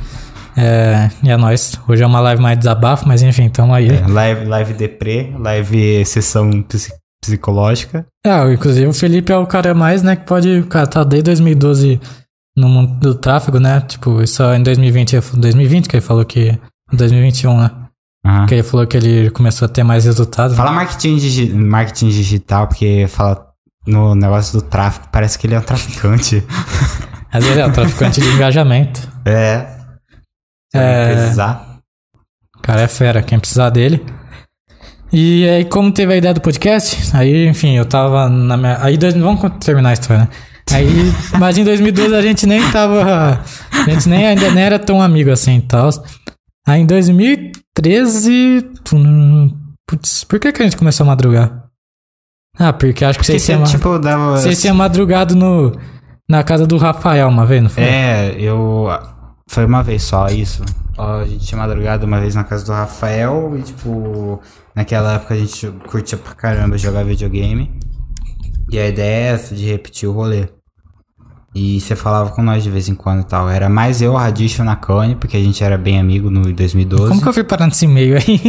Speaker 2: É, e é nóis. Hoje é uma live mais desabafo, mas enfim, tamo aí.
Speaker 1: É, live, live deprê, live sessão psi- psicológica.
Speaker 2: É, inclusive o Felipe é o cara mais, né, que pode. O cara tá desde 2012 no mundo do tráfego, né? Tipo, isso é em 2020, ele falou- 2020 que ele falou que. 2021, né?
Speaker 1: Aham.
Speaker 2: Que ele falou que ele começou a ter mais resultado.
Speaker 1: Fala marketing, digi- marketing digital, porque fala no negócio do tráfico, parece que ele é um traficante. <laughs>
Speaker 2: Mas ele é o traficante de <laughs> engajamento.
Speaker 1: é. Se
Speaker 2: É.
Speaker 1: alguém precisar.
Speaker 2: O cara é fera, quem precisar dele. E aí, como teve a ideia do podcast, aí, enfim, eu tava na minha. Aí, dois... vamos con- terminar a história, né? Aí, mas em 2012 a gente nem tava. A gente nem ainda nem era tão amigo assim e tal. Aí em 2013. tum, Putz, por que, que a gente começou a madrugar? Ah, porque acho que
Speaker 1: Porque
Speaker 2: vocês
Speaker 1: você,
Speaker 2: tinham ma-
Speaker 1: tipo, dava.
Speaker 2: vocês tinham madrugado no, na casa do Rafael uma vez, não foi?
Speaker 1: É, eu. Foi uma vez só isso. Ó, A gente tinha madrugado uma vez na casa do Rafael e, tipo, naquela época a gente curtia pra caramba jogar videogame. E a ideia é essa de repetir o rolê. E você falava com nós de vez em quando e tal. Era mais eu, o Radicho na Cane, porque a gente era bem amigo no 2012. <laughs>
Speaker 2: Como que eu fui parar nesse meio aí?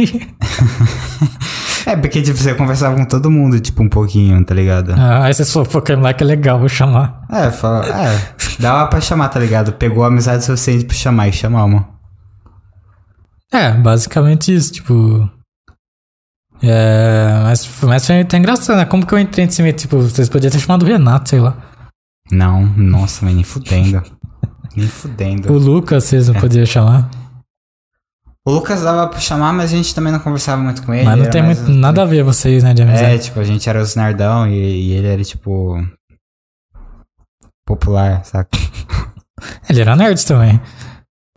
Speaker 1: É, porque, tipo, você conversava com todo mundo, tipo, um pouquinho, tá ligado?
Speaker 2: Ah, aí você falou, pô, aquele moleque é legal, vou chamar.
Speaker 1: É, fala, é, dava pra chamar, tá ligado? Pegou a amizade suficiente pra chamar e chamar uma.
Speaker 2: É, basicamente isso, tipo. É, mas, mas foi até engraçado, né? Como que eu entrei nesse meio? Tipo, vocês podiam ter chamado o Renato, sei lá.
Speaker 1: Não, nossa, mas nem fudendo. nem
Speaker 2: O
Speaker 1: fudendo.
Speaker 2: Lucas, vocês não podiam chamar.
Speaker 1: O Lucas dava pra chamar, mas a gente também não conversava muito com <laughs> ele.
Speaker 2: Mas não
Speaker 1: era
Speaker 2: tem
Speaker 1: mais- um
Speaker 2: muito, nada a ver vocês, né, de amizade.
Speaker 1: É, tipo, a gente era os nerdão e, e ele era, tipo. Popular, saca? É.
Speaker 2: Ele era nerd também.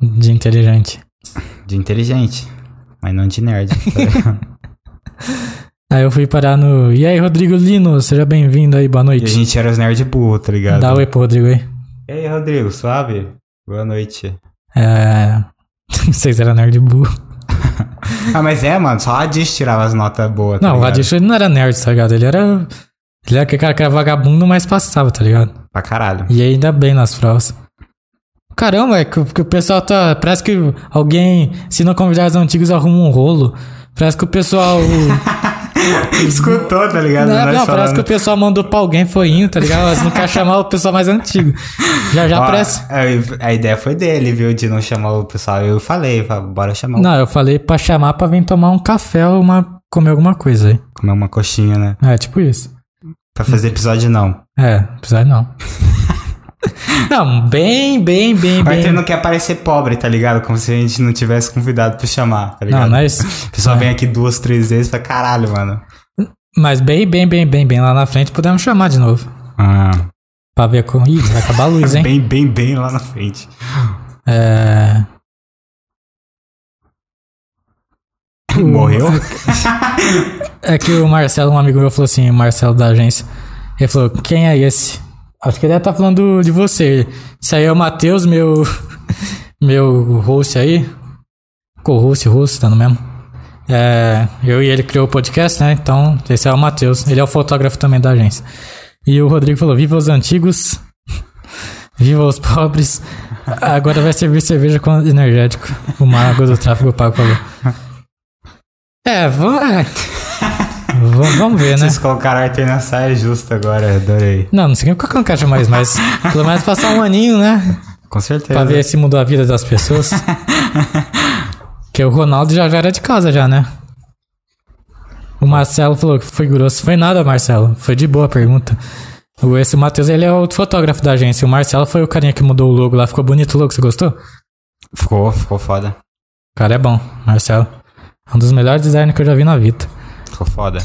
Speaker 2: De inteligente.
Speaker 1: De inteligente, mas não de
Speaker 2: <laughs>
Speaker 1: nerd. tá ligado?
Speaker 2: Aí eu fui parar no. E aí, Rodrigo Lino, seja bem-vindo aí,
Speaker 1: e
Speaker 2: boa
Speaker 1: a
Speaker 2: noite.
Speaker 1: gente era os nerd burro, tá ligado?
Speaker 2: Dá oi pro Rodrigo aí.
Speaker 1: E aí, Rodrigo, suave? Boa noite.
Speaker 2: É. <laughs> Vocês eram nerd burro.
Speaker 1: Ah, mas é, mano, só a Dish tirava as notas boas. tá
Speaker 2: Não, o
Speaker 1: ligado?
Speaker 2: Radish ele não era nerd, tá ligado? Ele era. Ele era aquele cara que era vagabundo, mas passava, tá ligado?
Speaker 1: Pra caralho.
Speaker 2: E ainda bem nas provas. Caramba, é que, que o pessoal tá. Parece que alguém, se não convidar os antigos, arruma um rolo. Parece que o <laughs> pessoal.
Speaker 1: Escutou, tá ligado? Nós
Speaker 2: Não, não, parece
Speaker 1: falando.
Speaker 2: que o pessoal mandou pra alguém, foi indo, tá ligado? Mas não quer chamar o pessoal mais antigo. Já já
Speaker 1: Ó,
Speaker 2: parece.
Speaker 1: a- A ideia foi dele, viu? De não chamar o pessoal. Eu falei, fa- bora chamar.
Speaker 2: Não, eu falei pra chamar pra vir tomar um café ou uma, comer alguma coisa aí.
Speaker 1: Comer uma coxinha, né?
Speaker 2: É, tipo isso.
Speaker 1: Pra fazer episódio, não.
Speaker 2: É, apesar <laughs> não. não, bem, bem, bem,
Speaker 1: O Arthur
Speaker 2: bem.
Speaker 1: não quer parecer pobre, tá ligado? Como se a gente não tivesse convidado pra chamar, tá
Speaker 2: Não, é né?
Speaker 1: ligado?
Speaker 2: mas,
Speaker 1: O pessoal vem aqui duas, três vezes e fala, caralho, mano.
Speaker 2: É. mas bem, bem, bem, bem, bem. Lá na frente podemos chamar de novo.
Speaker 1: Ah,
Speaker 2: Pra ver como. Ih, vai acabar a
Speaker 1: <laughs>
Speaker 2: luz, hein?
Speaker 1: bem, bem, bem lá na frente.
Speaker 2: É.
Speaker 1: Morreu?
Speaker 2: né? É que o Marcelo, um amigo meu, falou assim, o Marcelo da agência. Ele falou, quem é esse? Acho que ele deve tá falando de você. Esse aí é o Matheus, meu. Meu host aí. Co-host, host, tá no mesmo? É, eu e ele criou o podcast, né? Então, esse é o Matheus. Ele é o fotógrafo também da agência. E o Rodrigo falou: Viva os antigos, <laughs> viva os pobres. Agora vai servir cerveja com energético. O mago do tráfego pago falou. É, vamos. É. V- vamos ver, né?
Speaker 1: Vocês colocaram o Arthur na saia justa agora, adorei.
Speaker 2: Não, não significa que eu não quero mais, mas pelo menos passar um aninho, né?
Speaker 1: Com certeza.
Speaker 2: Pra ver se mudou a vida das pessoas. Porque o Ronaldo já, já era de casa, já, né? O Marcelo falou que foi grosso. Foi nada, Marcelo. Foi de boa a pergunta. O, esse Matheus, ele é o fotógrafo da agência. O Marcelo foi o carinha que mudou o logo lá. Ficou bonito o logo, você gostou? O
Speaker 1: Ficou, ficou foda.
Speaker 2: cara é bom, Marcelo. É um dos melhores designers que eu já vi na vida.
Speaker 1: Ficou foda.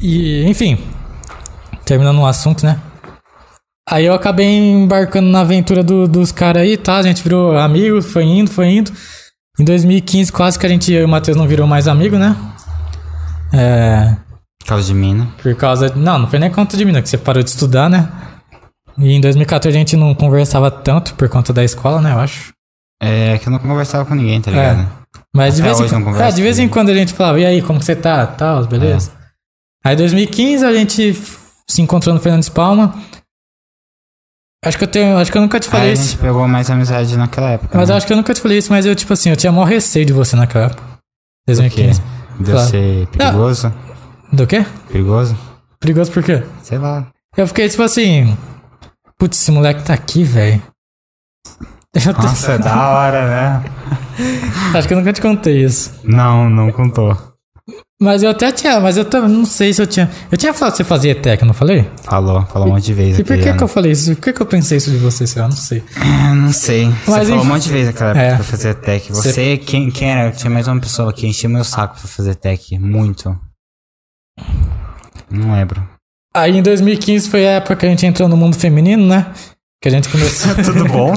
Speaker 2: E, enfim. Terminando o assunto, né? Aí eu acabei embarcando na aventura do- dos caras aí, tá? A gente virou amigo, foi indo, foi indo. Em 2015, quase que a gente, eu e o Matheus não virou mais amigo, né? É.
Speaker 1: Por causa de mim, né?
Speaker 2: Por causa. Não, não foi nem conta de mim, não, que você parou de estudar, né? E em 2014 a gente não conversava tanto por conta da escola, né? Eu acho.
Speaker 1: É que eu não conversava com ninguém, tá
Speaker 2: É,
Speaker 1: ligado?
Speaker 2: Mas de
Speaker 1: Até
Speaker 2: vez, em,
Speaker 1: hoje não
Speaker 2: quando-
Speaker 1: converso
Speaker 2: é, de vez em quando a gente falava, e aí, como que você tá? Tal, beleza. Aí em 2015 a gente f- se encontrou no Fernandes Palma. Acho que eu tenho. Acho que Ah, eu nunca te falei
Speaker 1: Aí a
Speaker 2: isso.
Speaker 1: gente pegou mais amizade naquela época.
Speaker 2: Mas eu
Speaker 1: né?
Speaker 2: acho que eu nunca te falei isso, mas eu, tipo assim, eu tinha maior receio de você naquela época.
Speaker 1: Porque
Speaker 2: 2015.
Speaker 1: deu
Speaker 2: Claro.
Speaker 1: ser perigoso.
Speaker 2: Do quê?
Speaker 1: Perigoso?
Speaker 2: Perigoso por quê?
Speaker 1: Sei lá.
Speaker 2: Eu fiquei tipo assim. Putz, esse moleque tá aqui, velho. Eu tô-
Speaker 1: Nossa, é da hora, né?
Speaker 2: acho que eu nunca te contei isso.
Speaker 1: Não, não contou.
Speaker 2: Mas eu até tinha, mas eu tam- não sei se eu tinha. Eu tinha falado que você fazia tech, eu não falei?
Speaker 1: Falou, falou um monte de vezes
Speaker 2: E por
Speaker 1: aquele
Speaker 2: que,
Speaker 1: ano.
Speaker 2: que eu falei isso? Por que, que eu pensei isso de você, sei lá? Não sei.
Speaker 1: É, não sei. Você
Speaker 2: Mas
Speaker 1: falou
Speaker 2: enfim.
Speaker 1: um monte de vezes naquela época
Speaker 2: É.
Speaker 1: pra fazer tech. Você, quem, quem era? Tinha mais uma pessoa que enchia meu saco pra fazer tech. Muito. Não lembro.
Speaker 2: Aí em 2015 foi a época que a gente entrou no mundo feminino, né? Que a gente começou.
Speaker 1: <laughs> <laughs> Tudo bom?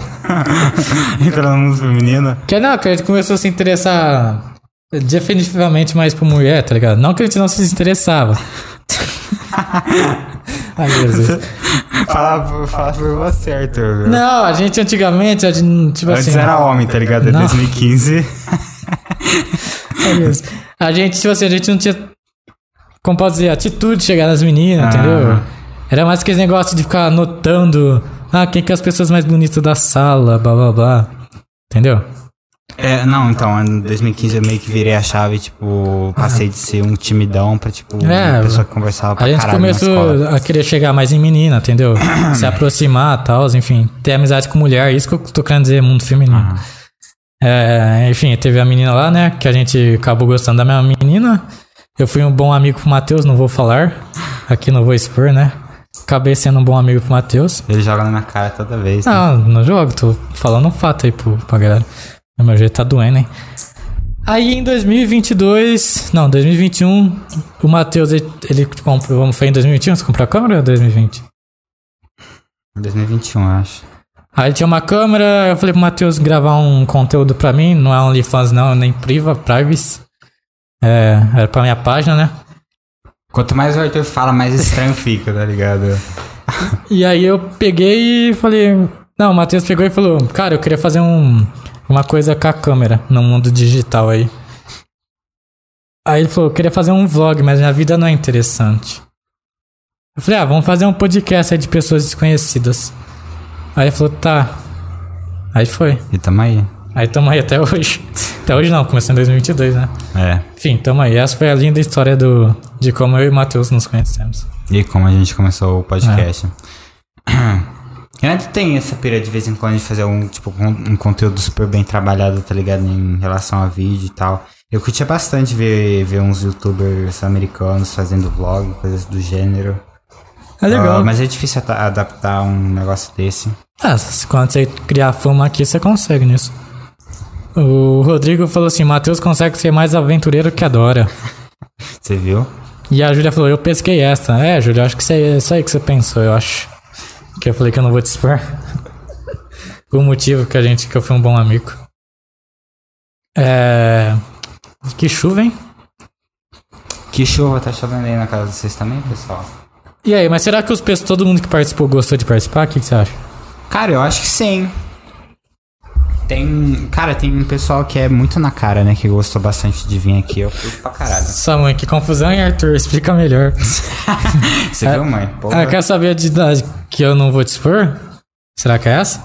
Speaker 1: Entrando no mundo feminino.
Speaker 2: que é, não, que a gente começou a se interessar definitivamente mais por mulher, tá ligado? Não que a gente não se interessava. <laughs> Ai,
Speaker 1: <laughs>
Speaker 2: Jesus.
Speaker 1: Fala, fala por você, Arthur. viu?
Speaker 2: Não, a gente antigamente, a gente, tipo
Speaker 1: Antes
Speaker 2: assim.
Speaker 1: era homem, tá ligado? Em
Speaker 2: Não.
Speaker 1: 2015.
Speaker 2: É isso. <laughs> A gente, tipo assim, a gente não tinha. Como posso dizer, atitude de chegar nas meninas,
Speaker 1: Ah.
Speaker 2: entendeu? Era mais aquele negócio de ficar anotando. Ah, quem que é as pessoas mais bonitas da sala, blá blá blá. Entendeu?
Speaker 1: É, não, então, em 2015 eu meio que virei a chave, tipo, passei de ser um timidão pra, tipo,
Speaker 2: É,
Speaker 1: uma pessoa que conversava pra
Speaker 2: A gente
Speaker 1: caralho na escola.
Speaker 2: começou a querer chegar mais em
Speaker 1: <clears throat>
Speaker 2: menina, entendeu? Se aproximar e tal, enfim. Ter amizade com mulher, isso que eu tô querendo dizer, mundo feminino. É, enfim, teve a menina lá, né? Que a gente acabou gostando da minha menina. Eu fui um bom amigo pro Matheus, não vou falar. Aqui não vou expor, né? Acabei sendo um bom amigo pro Matheus.
Speaker 1: Ele joga na minha cara toda vez. né?
Speaker 2: Não, não Ah, jogo, tô falando um fato aí pro, pra galera. Meu jeito tá doendo, hein? Aí em 2022, não, 2021, o Matheus, ele, ele comprou, foi em 2021 você comprou a câmera ou 2020?
Speaker 1: Em 2021, eu acho.
Speaker 2: Aí ele tinha uma câmera, eu falei pro Matheus gravar um conteúdo pra mim, não é OnlyFans não, nem priva, privacy. É, era pra minha página, né?
Speaker 1: Quanto mais o Arthur fala, mais estranho fica, tá ligado?
Speaker 2: E aí eu peguei e falei. Não, o Matheus pegou e falou, cara, eu queria fazer um, uma coisa com a câmera no mundo digital aí. Aí ele falou, eu queria fazer um vlog, mas minha vida não é interessante. Eu falei, ah, vamos fazer um podcast aí de pessoas desconhecidas. Aí ele falou, tá. Aí foi.
Speaker 1: E tamo aí.
Speaker 2: Aí tamo aí até <laughs> hoje. Até hoje não, começou em 2022, né?
Speaker 1: É.
Speaker 2: Enfim, tamo aí. Essa foi a linda história do, de como eu e o Matheus nos conhecemos.
Speaker 1: E como a gente começou o podcast.
Speaker 2: É.
Speaker 1: <clears throat> Renato tem essa pira de vez em quando de fazer um, tipo, con- um conteúdo super bem trabalhado, tá ligado? Em relação a vídeo e tal. Eu curtia bastante ver, ver uns youtubers americanos fazendo vlog, coisas do gênero.
Speaker 2: É legal.
Speaker 1: Ah, mas é difícil ata- adaptar um negócio desse.
Speaker 2: Ah, se- quando você criar fama aqui, você consegue nisso. O Rodrigo falou assim: Matheus consegue ser mais aventureiro que adora.
Speaker 1: Você viu?
Speaker 2: E a Júlia falou: Eu pesquei essa. É, Júlia, acho que isso é isso aí que você pensou, eu acho. Que eu falei que eu não vou te expor. <laughs> o motivo que a gente, que eu fui um bom amigo. É. Que chuva, hein?
Speaker 1: Que chuva, tá chovendo aí na casa de vocês também, pessoal?
Speaker 2: E aí, mas será que os pessoas, todo mundo que participou gostou de participar? O que, que você acha?
Speaker 1: Cara, eu acho que sim. Tem. Cara, tem um pessoal que é muito na cara, né? Que gostou bastante de vir aqui. Eu curto pra caralho.
Speaker 2: Sua mãe, que confusão, hein, Arthur? Explica melhor.
Speaker 1: Você viu, mãe? Porra.
Speaker 2: Ah, quer saber a de idade que eu não vou te expor? Será que é essa?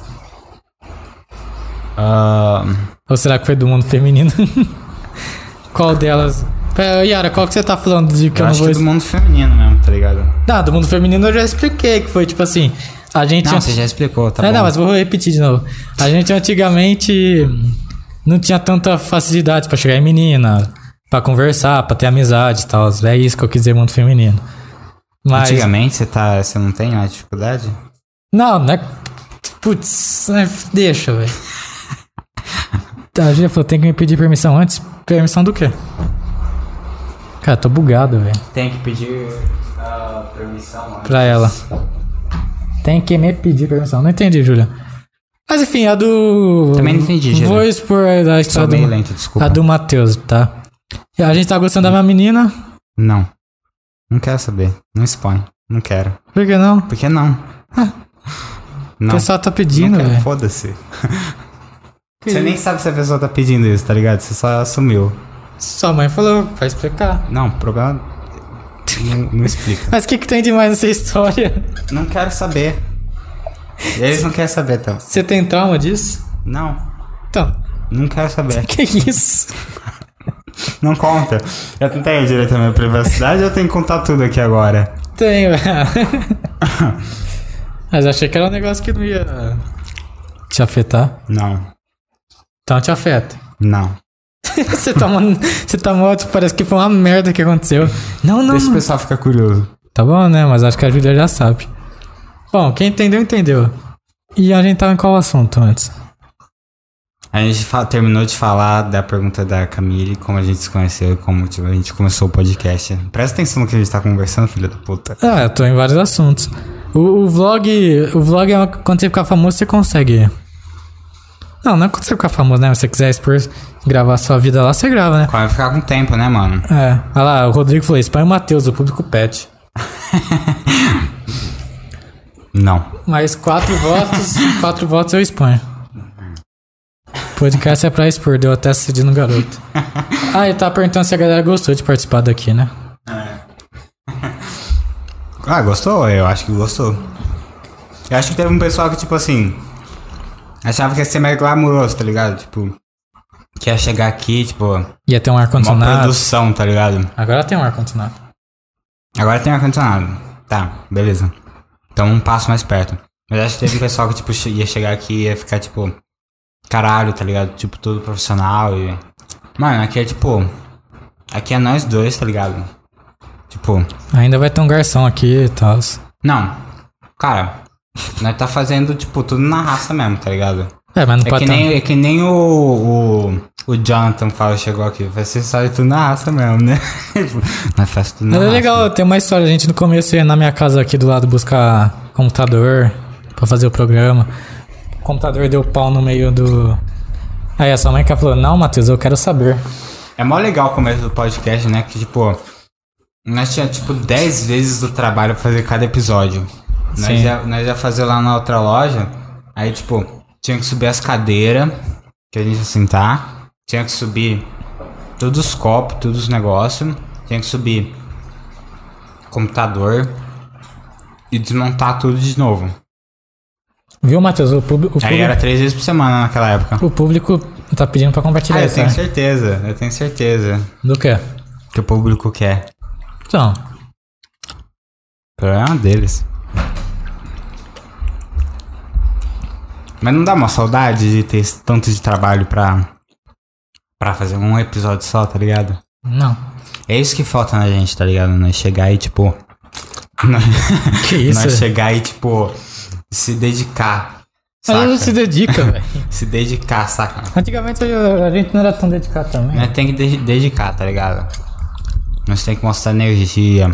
Speaker 1: Ah,
Speaker 2: Ou será que foi do mundo feminino? <laughs> qual delas? Pera, Yara, qual que você tá falando de que eu,
Speaker 1: eu
Speaker 2: não
Speaker 1: acho
Speaker 2: vou
Speaker 1: que é do mundo feminino mesmo, tá ligado?
Speaker 2: Não, do mundo feminino eu já expliquei, que foi tipo assim. A gente.
Speaker 1: Não, você já explicou, tá
Speaker 2: É,
Speaker 1: bom?
Speaker 2: não, mas vou repetir de novo. A gente antigamente não tinha tanta facilidade pra chegar em menina, pra conversar, pra ter amizade e tal. É isso que eu quis dizer, mundo feminino. Mas.
Speaker 1: Antigamente você, tá, você não tem mais dificuldade?
Speaker 2: Não, não é. Putz, é, deixa, velho. Tá, A Júlia falou, tem que me pedir permissão antes. Permissão do quê? Cara, tô bugado, velho.
Speaker 1: Tem que pedir ah, permissão. né?
Speaker 2: Pra ela. Tem que me pedir permissão. Não entendi, Júlia. Mas enfim, a do.
Speaker 1: Também não entendi, Júlia.
Speaker 2: Vou expor a
Speaker 1: Sou
Speaker 2: história
Speaker 1: meio
Speaker 2: do,
Speaker 1: lento, desculpa.
Speaker 2: a do Matheus, tá? E A gente tá gostando da minha menina.
Speaker 1: Não. Não quero saber. Não expõe. Não quero.
Speaker 2: Por que não?
Speaker 1: Por que
Speaker 2: <laughs>
Speaker 1: não?
Speaker 2: O
Speaker 1: Não.
Speaker 2: pessoal tá
Speaker 1: não
Speaker 2: pedindo,
Speaker 1: quero,
Speaker 2: velho. <laughs>
Speaker 1: Foda-se. Você nem sabe se a pessoa tá pedindo isso, tá ligado? Você só assumiu.
Speaker 2: Sua mãe falou, vai explicar.
Speaker 1: Não,
Speaker 2: <laughs>
Speaker 1: problema. Não, não explica.
Speaker 2: Mas o que, que tem demais nessa história? <laughs>
Speaker 1: Não quero saber. Eles não querem saber, então.
Speaker 2: Você tem trauma disso?
Speaker 1: Não,
Speaker 2: Então,
Speaker 1: não quero saber. <laughs>
Speaker 2: Que isso?
Speaker 1: Não conta. Eu não tenho direito à minha privacidade, eu tenho que contar tudo aqui agora.
Speaker 2: Tem, <laughs> velho. Mas achei que era um negócio que não ia te afetar.
Speaker 1: Não,
Speaker 2: Então te afeta.
Speaker 1: não.
Speaker 2: <laughs> você tá mano, você tá morto, parece que foi uma merda que aconteceu. Não, não.
Speaker 1: Deixa o pessoal ficar curioso.
Speaker 2: Tá bom, né? Mas acho que a Julia já sabe. Bom, quem entendeu, entendeu. E a gente tava em qual assunto antes?
Speaker 1: A gente fa- terminou de falar da pergunta da Camille, como a gente se conheceu e como tipo, a gente começou o podcast. Presta atenção no que a gente tá conversando, filha da puta.
Speaker 2: Ah, eu tô em vários assuntos. O, o vlog. O vlog é uma- quando você ficar famoso, você consegue. Não, não é quando você ficar famoso, né? Se você quiser expor, gravar sua vida lá, você grava, né?
Speaker 1: Vai ficar com o tempo, né, mano?
Speaker 2: É, olha lá, o Rodrigo falou, expõe o Matheus, o público pede.
Speaker 1: Não.
Speaker 2: Mas quatro <laughs> votos, quatro votos eu exponho. Podcast é pra expor, deu até cedido
Speaker 1: <laughs>
Speaker 2: no garoto. Ah, ele tá perguntando se a galera gostou de participar daqui, né?
Speaker 1: Ah, gostou? Eu acho que gostou. Eu acho que teve um pessoal que, tipo assim, achava que ia ser mais glamuroso, tá ligado? Tipo, que ia chegar aqui, tipo, uma
Speaker 2: Ia ter um ar-condicionado.
Speaker 1: produção, tá ligado?
Speaker 2: Agora tem um ar-condicionado.
Speaker 1: Agora tem ar-condicionado. Tá, beleza. Então um passo mais perto. Mas acho que teve um pessoal que, tipo, che- ia chegar aqui e ia ficar, tipo, caralho, tá ligado? Tipo, todo profissional e. Mano, aqui é tipo. Aqui é nós dois, tá ligado? Tipo.
Speaker 2: Ainda vai ter um garçom aqui e tal.
Speaker 1: Não. Cara, nós tá fazendo, tipo, tudo na raça mesmo, tá ligado?
Speaker 2: É, mas não
Speaker 1: É
Speaker 2: pode
Speaker 1: que
Speaker 2: ter um-
Speaker 1: nem, é que nem o, o, o Jonathan fala, chegou aqui. Você sabe tudo na raça mesmo, né? <laughs> nós faz tudo na
Speaker 2: Mas é
Speaker 1: raça.
Speaker 2: legal, tem uma história. A gente no começo ia na minha casa aqui do lado buscar computador pra fazer o programa. O computador deu pau no meio do. Aí a sua mãe que falou: Não, Matheus, eu quero saber.
Speaker 1: É mó legal o começo do podcast, né? Que, tipo, nós tinha tipo, 10 vezes o trabalho pra fazer cada episódio. Nós
Speaker 2: Sim.
Speaker 1: ia, nós ia fazer lá na outra loja, aí, tipo, tinha que subir as cadeiras que a gente ia sentar, tinha que subir todos os copos, todos os negócios, tinha que subir computador e desmontar tudo de novo.
Speaker 2: Viu, Matheus? O, pub- o,
Speaker 1: Aí era
Speaker 2: público,
Speaker 1: três vezes por semana naquela época.
Speaker 2: o público tá pedindo pra compartilhar
Speaker 1: Ah, eu
Speaker 2: isso. né?
Speaker 1: tenho certeza, eu tenho certeza
Speaker 2: Do quê?
Speaker 1: que o público quer.
Speaker 2: Então,
Speaker 1: Problema Então é deles. Mas não dá uma saudade de ter esse tanto de trabalho pra, pra fazer um episódio só, tá ligado?
Speaker 2: não.
Speaker 1: É isso que falta na gente, tá ligado? Nós chegar e, tipo. Nós,
Speaker 2: Que isso? é.
Speaker 1: nós chegar e, tipo, se dedicar.
Speaker 2: Mas
Speaker 1: Saca?
Speaker 2: ele se
Speaker 1: Se...
Speaker 2: dedica, velho.
Speaker 1: dedicar, saca?
Speaker 2: Antigamente eu- a gente não era tão dedicado também.
Speaker 1: Nós tem que de- dedicar, tá ligado? Nós tem que mostrar energia.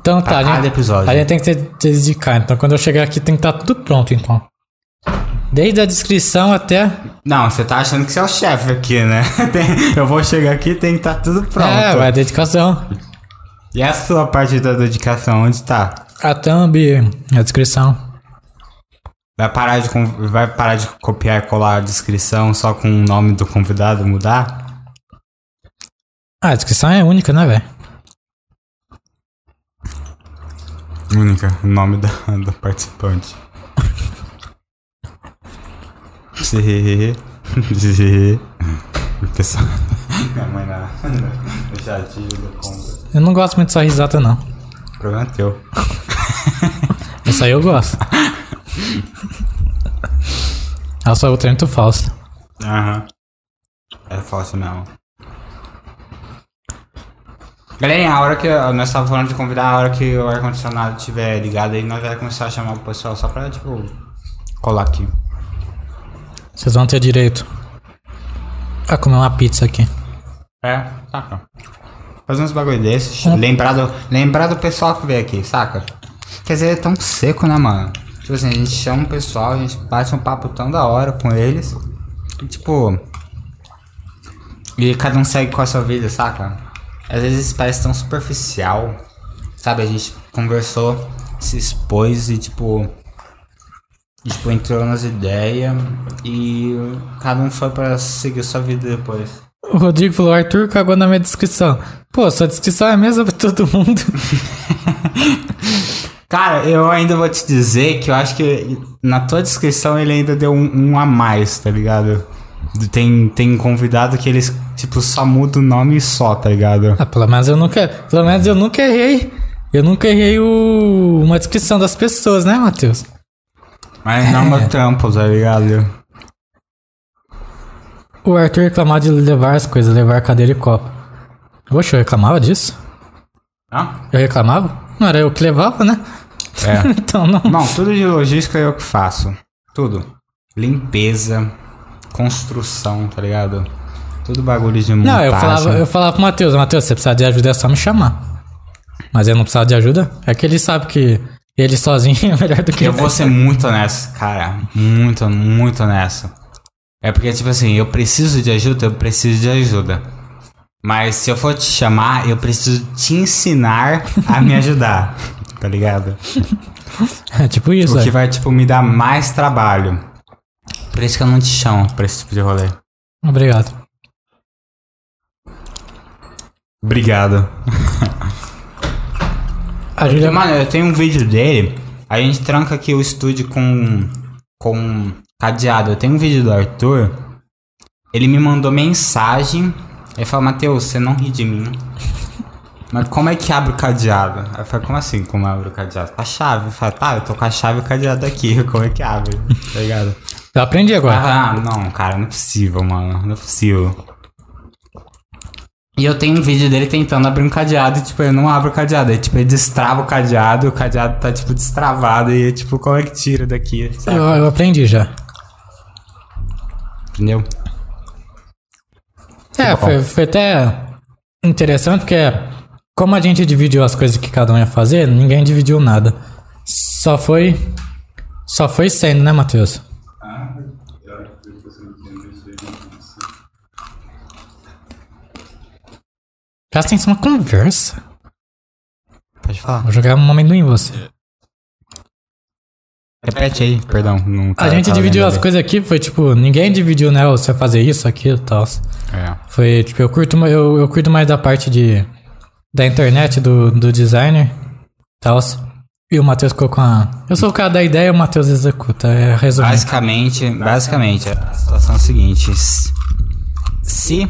Speaker 2: Então tá,
Speaker 1: Pra
Speaker 2: a
Speaker 1: cada
Speaker 2: gente,
Speaker 1: episódio.
Speaker 2: a gente tem que se dedicar. Então quando eu chegar aqui tem que estar tudo pronto, então. Desde a descrição até.
Speaker 1: Não, você tá achando que você é o chefe aqui, né? <laughs> Tem- eu vou chegar aqui e tem que estar tudo pronto.
Speaker 2: É, vai dedicação.
Speaker 1: E a sua parte da dedicação, onde tá?
Speaker 2: A thumb, a descrição.
Speaker 1: Vai parar de, con- vai parar de copiar e colar a descrição só com o nome do convidado mudar?
Speaker 2: Ah, a descrição é única, né, velho?
Speaker 1: Única, <laughs> o nome da, do participante. Zê, zê. Pessoal. <laughs> Minha mãe na. <laughs> no chatinho do conta.
Speaker 2: Eu não gosto muito dessa risada, não.
Speaker 1: Problema teu.
Speaker 2: Essa aí eu gosto. a sua outra é muito falsa.
Speaker 1: Aham. É fácil mesmo. Galerinha, a hora que nós estávamos falando de convidar, a hora que o ar-condicionado estiver ligado aí, nós vamos começar a chamar o pessoal só pra, tipo, colar aqui.
Speaker 2: Vocês vão ter direito a comer uma pizza aqui.
Speaker 1: É, saca. Fazer uns bagulho desses. Lembrar, do, lembrar do pessoal que veio aqui, saca? Quer dizer, é tão seco, né, mano? Tipo assim, a gente chama o pessoal, a gente bate um papo tão da hora com eles. E, tipo. E cada um segue com a sua vida, saca? Às vezes parece tão superficial. Sabe, a gente conversou, se expôs e, tipo. e, Tipo, entrou nas ideias e cada um foi pra seguir sua vida depois.
Speaker 2: O Rodrigo falou, Arthur cagou na minha descrição. Pô, sua descrição é a mesma pra todo mundo. <laughs>
Speaker 1: Cara, eu ainda vou te dizer que eu acho que na tua descrição ele ainda deu um, um a mais, tá ligado? Tem, tem convidado que eles, tipo, só muda o nome só, tá ligado?
Speaker 2: ah, pelo menos eu nunca. Pelo menos eu nunca errei. Eu nunca errei o, uma descrição das pessoas, né, Matheus?
Speaker 1: Mas não é
Speaker 2: <laughs>
Speaker 1: meu trampo, tá ligado?
Speaker 2: O Arthur reclamava de levar as coisas, levar cadeira e copo. Oxe, eu reclamava disso?
Speaker 1: Hã?
Speaker 2: Eu reclamava? Não era eu que levava, né? <laughs>
Speaker 1: É.
Speaker 2: então não.
Speaker 1: Bom, tudo de logística eu que faço. Tudo. Limpeza, construção, tá ligado? Tudo bagulho de montagem.
Speaker 2: Não, eu falava,
Speaker 1: né?
Speaker 2: eu falava pro Matheus, Matheus, você precisar de ajuda é só me chamar. Mas eu não precisava de ajuda? É que ele sabe que ele sozinho <laughs> é melhor do que
Speaker 1: Eu vou ser muito honesto, cara. Muito, muito honesto. É porque, tipo assim, eu preciso de ajuda, eu preciso de ajuda. Mas se eu for te chamar, eu preciso te ensinar a me ajudar. <laughs> tá ligado?
Speaker 2: É tipo isso,
Speaker 1: O que
Speaker 2: velho.
Speaker 1: vai, tipo, me dar mais trabalho. Por isso que eu não te chamo pra esse tipo de rolê.
Speaker 2: Obrigado.
Speaker 1: Obrigado.
Speaker 2: A Júlia
Speaker 1: Mano, eu tenho um vídeo dele. A gente tranca aqui o estúdio com. com cadeado. Eu tenho um vídeo do Arthur Ele me mandou mensagem. Ele falou, Matheus, você não ri de mim. <laughs> Mas como é que abre o cadeado? Aí eu falei, como assim como abre o cadeado? Com a chave. Eu falei, tá, eu tô com a chave e o cadeado aqui. <laughs> Como é que abre? Tá ligado?
Speaker 2: Eu aprendi agora.
Speaker 1: Ah, não, cara, não é possível, mano. Não é possível. E eu tenho um vídeo dele tentando abrir um cadeado e, tipo, ele não abre o cadeado. Aí, tipo, ele destrava o cadeado e o cadeado tá, tipo, destravado. E, tipo, como é que tira daqui? sabe?
Speaker 2: Eu, eu aprendi já.
Speaker 1: Entendeu?
Speaker 2: É,
Speaker 1: bom.
Speaker 2: foi, foi até interessante porque é, como a gente dividiu as coisas que cada um ia fazer, ninguém dividiu nada. Só foi. Só foi sendo, né, Matheus? Presta atenção na conversa.
Speaker 1: Pode falar.
Speaker 2: Vou jogar um amendoim em você.
Speaker 1: Repete aí, perdão. Não tá
Speaker 2: A gente dividiu as coisas aqui, foi tipo, ninguém dividiu, né? Você vai fazer isso, aquilo e tal.
Speaker 1: É.
Speaker 2: Foi, tipo, eu curto, ma- eu, eu curto mais da parte de da internet, do, do designer tal. E o Matheus ficou com a. Eu sou o cara da ideia e o Matheus executa. É resumindo.
Speaker 1: Basicamente, basicamente, a situação é a seguinte: s- se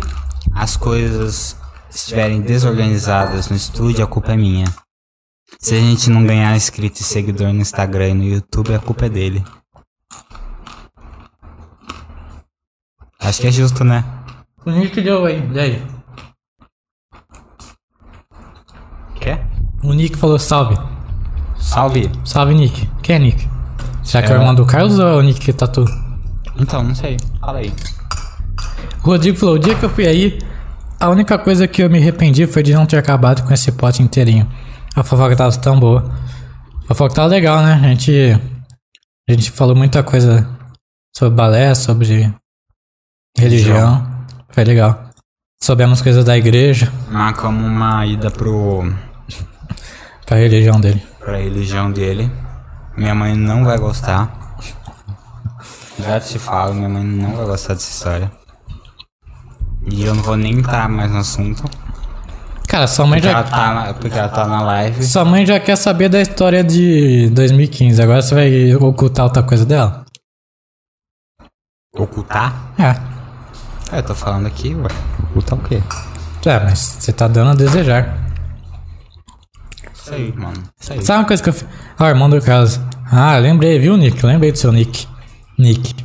Speaker 1: as coisas estiverem desorganizadas no estúdio, a culpa é minha. Se a gente não ganhar inscrito e seguidor no Instagram e no YouTube, a culpa é dele. Acho que é justo, né?
Speaker 2: O Nick deu aí. E aí?
Speaker 1: Quer?
Speaker 2: O Nick falou salve.
Speaker 1: Salve!
Speaker 2: Salve, Nick. Quem é Nick? Será que é o
Speaker 1: É.
Speaker 2: irmão do Carlos ou é o Nick que tatu?
Speaker 1: Então, não sei. Fala aí.
Speaker 2: O Rodrigo falou: o dia que eu fui aí, a única coisa que eu me arrependi foi de não ter acabado com esse pote inteirinho. A fofoca tava tão boa. A fofoca tava legal, né? A gente, a gente falou muita coisa sobre balé, sobre religião. Foi legal. Soubemos coisas da igreja,
Speaker 1: Marcamos uma ida pro,
Speaker 2: pra religião dele.
Speaker 1: pra religião dele. Minha mãe não vai gostar. Já te falo, minha mãe não vai gostar dessa história. E eu não vou nem entrar mais no assunto.
Speaker 2: Cara, sua mãe
Speaker 1: Porque ela
Speaker 2: já,
Speaker 1: tá na, porque ela tá na live.
Speaker 2: sua mãe já quer saber da história de 2015. Agora você vai ocultar outra coisa dela?
Speaker 1: Ocultar?
Speaker 2: É.
Speaker 1: É, eu tô falando aqui, ué. Ocultar o quê?
Speaker 2: É, mas você tá dando a desejar.
Speaker 1: Isso aí, mano. Isso aí.
Speaker 2: Sabe uma coisa que eu fiz? Ah, irmão do Carlos. Ah, lembrei, viu, Nick? Lembrei do seu Nick. Nick.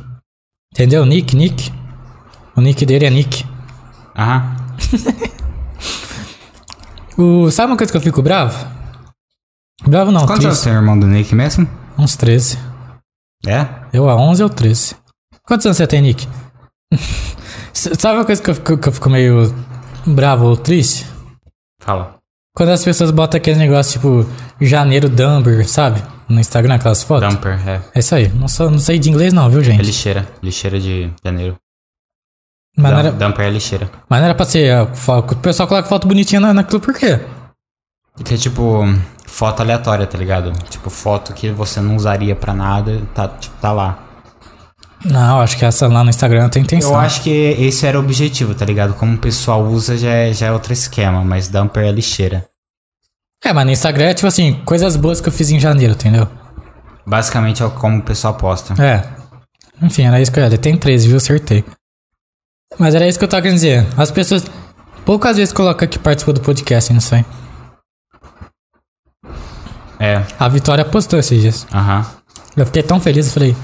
Speaker 2: Entendeu? Nick, Nick. O nick dele é Nick.
Speaker 1: Aham.
Speaker 2: O... Sabe uma coisa que eu fico bravo? Bravo não,
Speaker 1: Quantos anos
Speaker 2: triste.
Speaker 1: tem o irmão do Nick mesmo?
Speaker 2: Uns 13.
Speaker 1: É?
Speaker 2: Eu a 11 ou 13. Quantos anos você tem, Nick? <laughs> S- Sabe uma coisa que eu, fico, que eu fico meio bravo ou triste?
Speaker 1: Fala.
Speaker 2: Quando as pessoas botam aquele negócio tipo janeiro Dumber, sabe? No Instagram, aquelas fotos.
Speaker 1: Dumper, é.
Speaker 2: É isso aí. Não, sou, não sei de inglês, não, viu,
Speaker 1: É
Speaker 2: gente?
Speaker 1: lixeira. Lixeira de janeiro.
Speaker 2: Mas não era-
Speaker 1: Dum- Dumper é lixeira.
Speaker 2: Mas não era pra ser. a fo- O pessoal coloca foto bonitinha na, naquilo por quê?
Speaker 1: Que é tipo foto aleatória, tá ligado? Tipo foto que você não usaria pra nada, tá, tipo, tá lá.
Speaker 2: Não, acho que essa lá no Instagram tem intenção.
Speaker 1: Eu acho que esse era o objetivo, tá ligado? Como o pessoal usa já é, já é outro esquema, mas dumper é lixeira.
Speaker 2: É, mas no Instagram é tipo assim, coisas boas que eu fiz em janeiro, entendeu?
Speaker 1: Basicamente é como o pessoal posta.
Speaker 2: É. Enfim, era isso que eu ia. Tem 13, viu? Acertei. Mas era isso que eu tava querendo dizer. As pessoas. Poucas vezes coloca que participou do podcast, não sei.
Speaker 1: É,
Speaker 2: A Vitória postou esses dias.
Speaker 1: aham.
Speaker 2: Eu fiquei tão feliz, eu falei.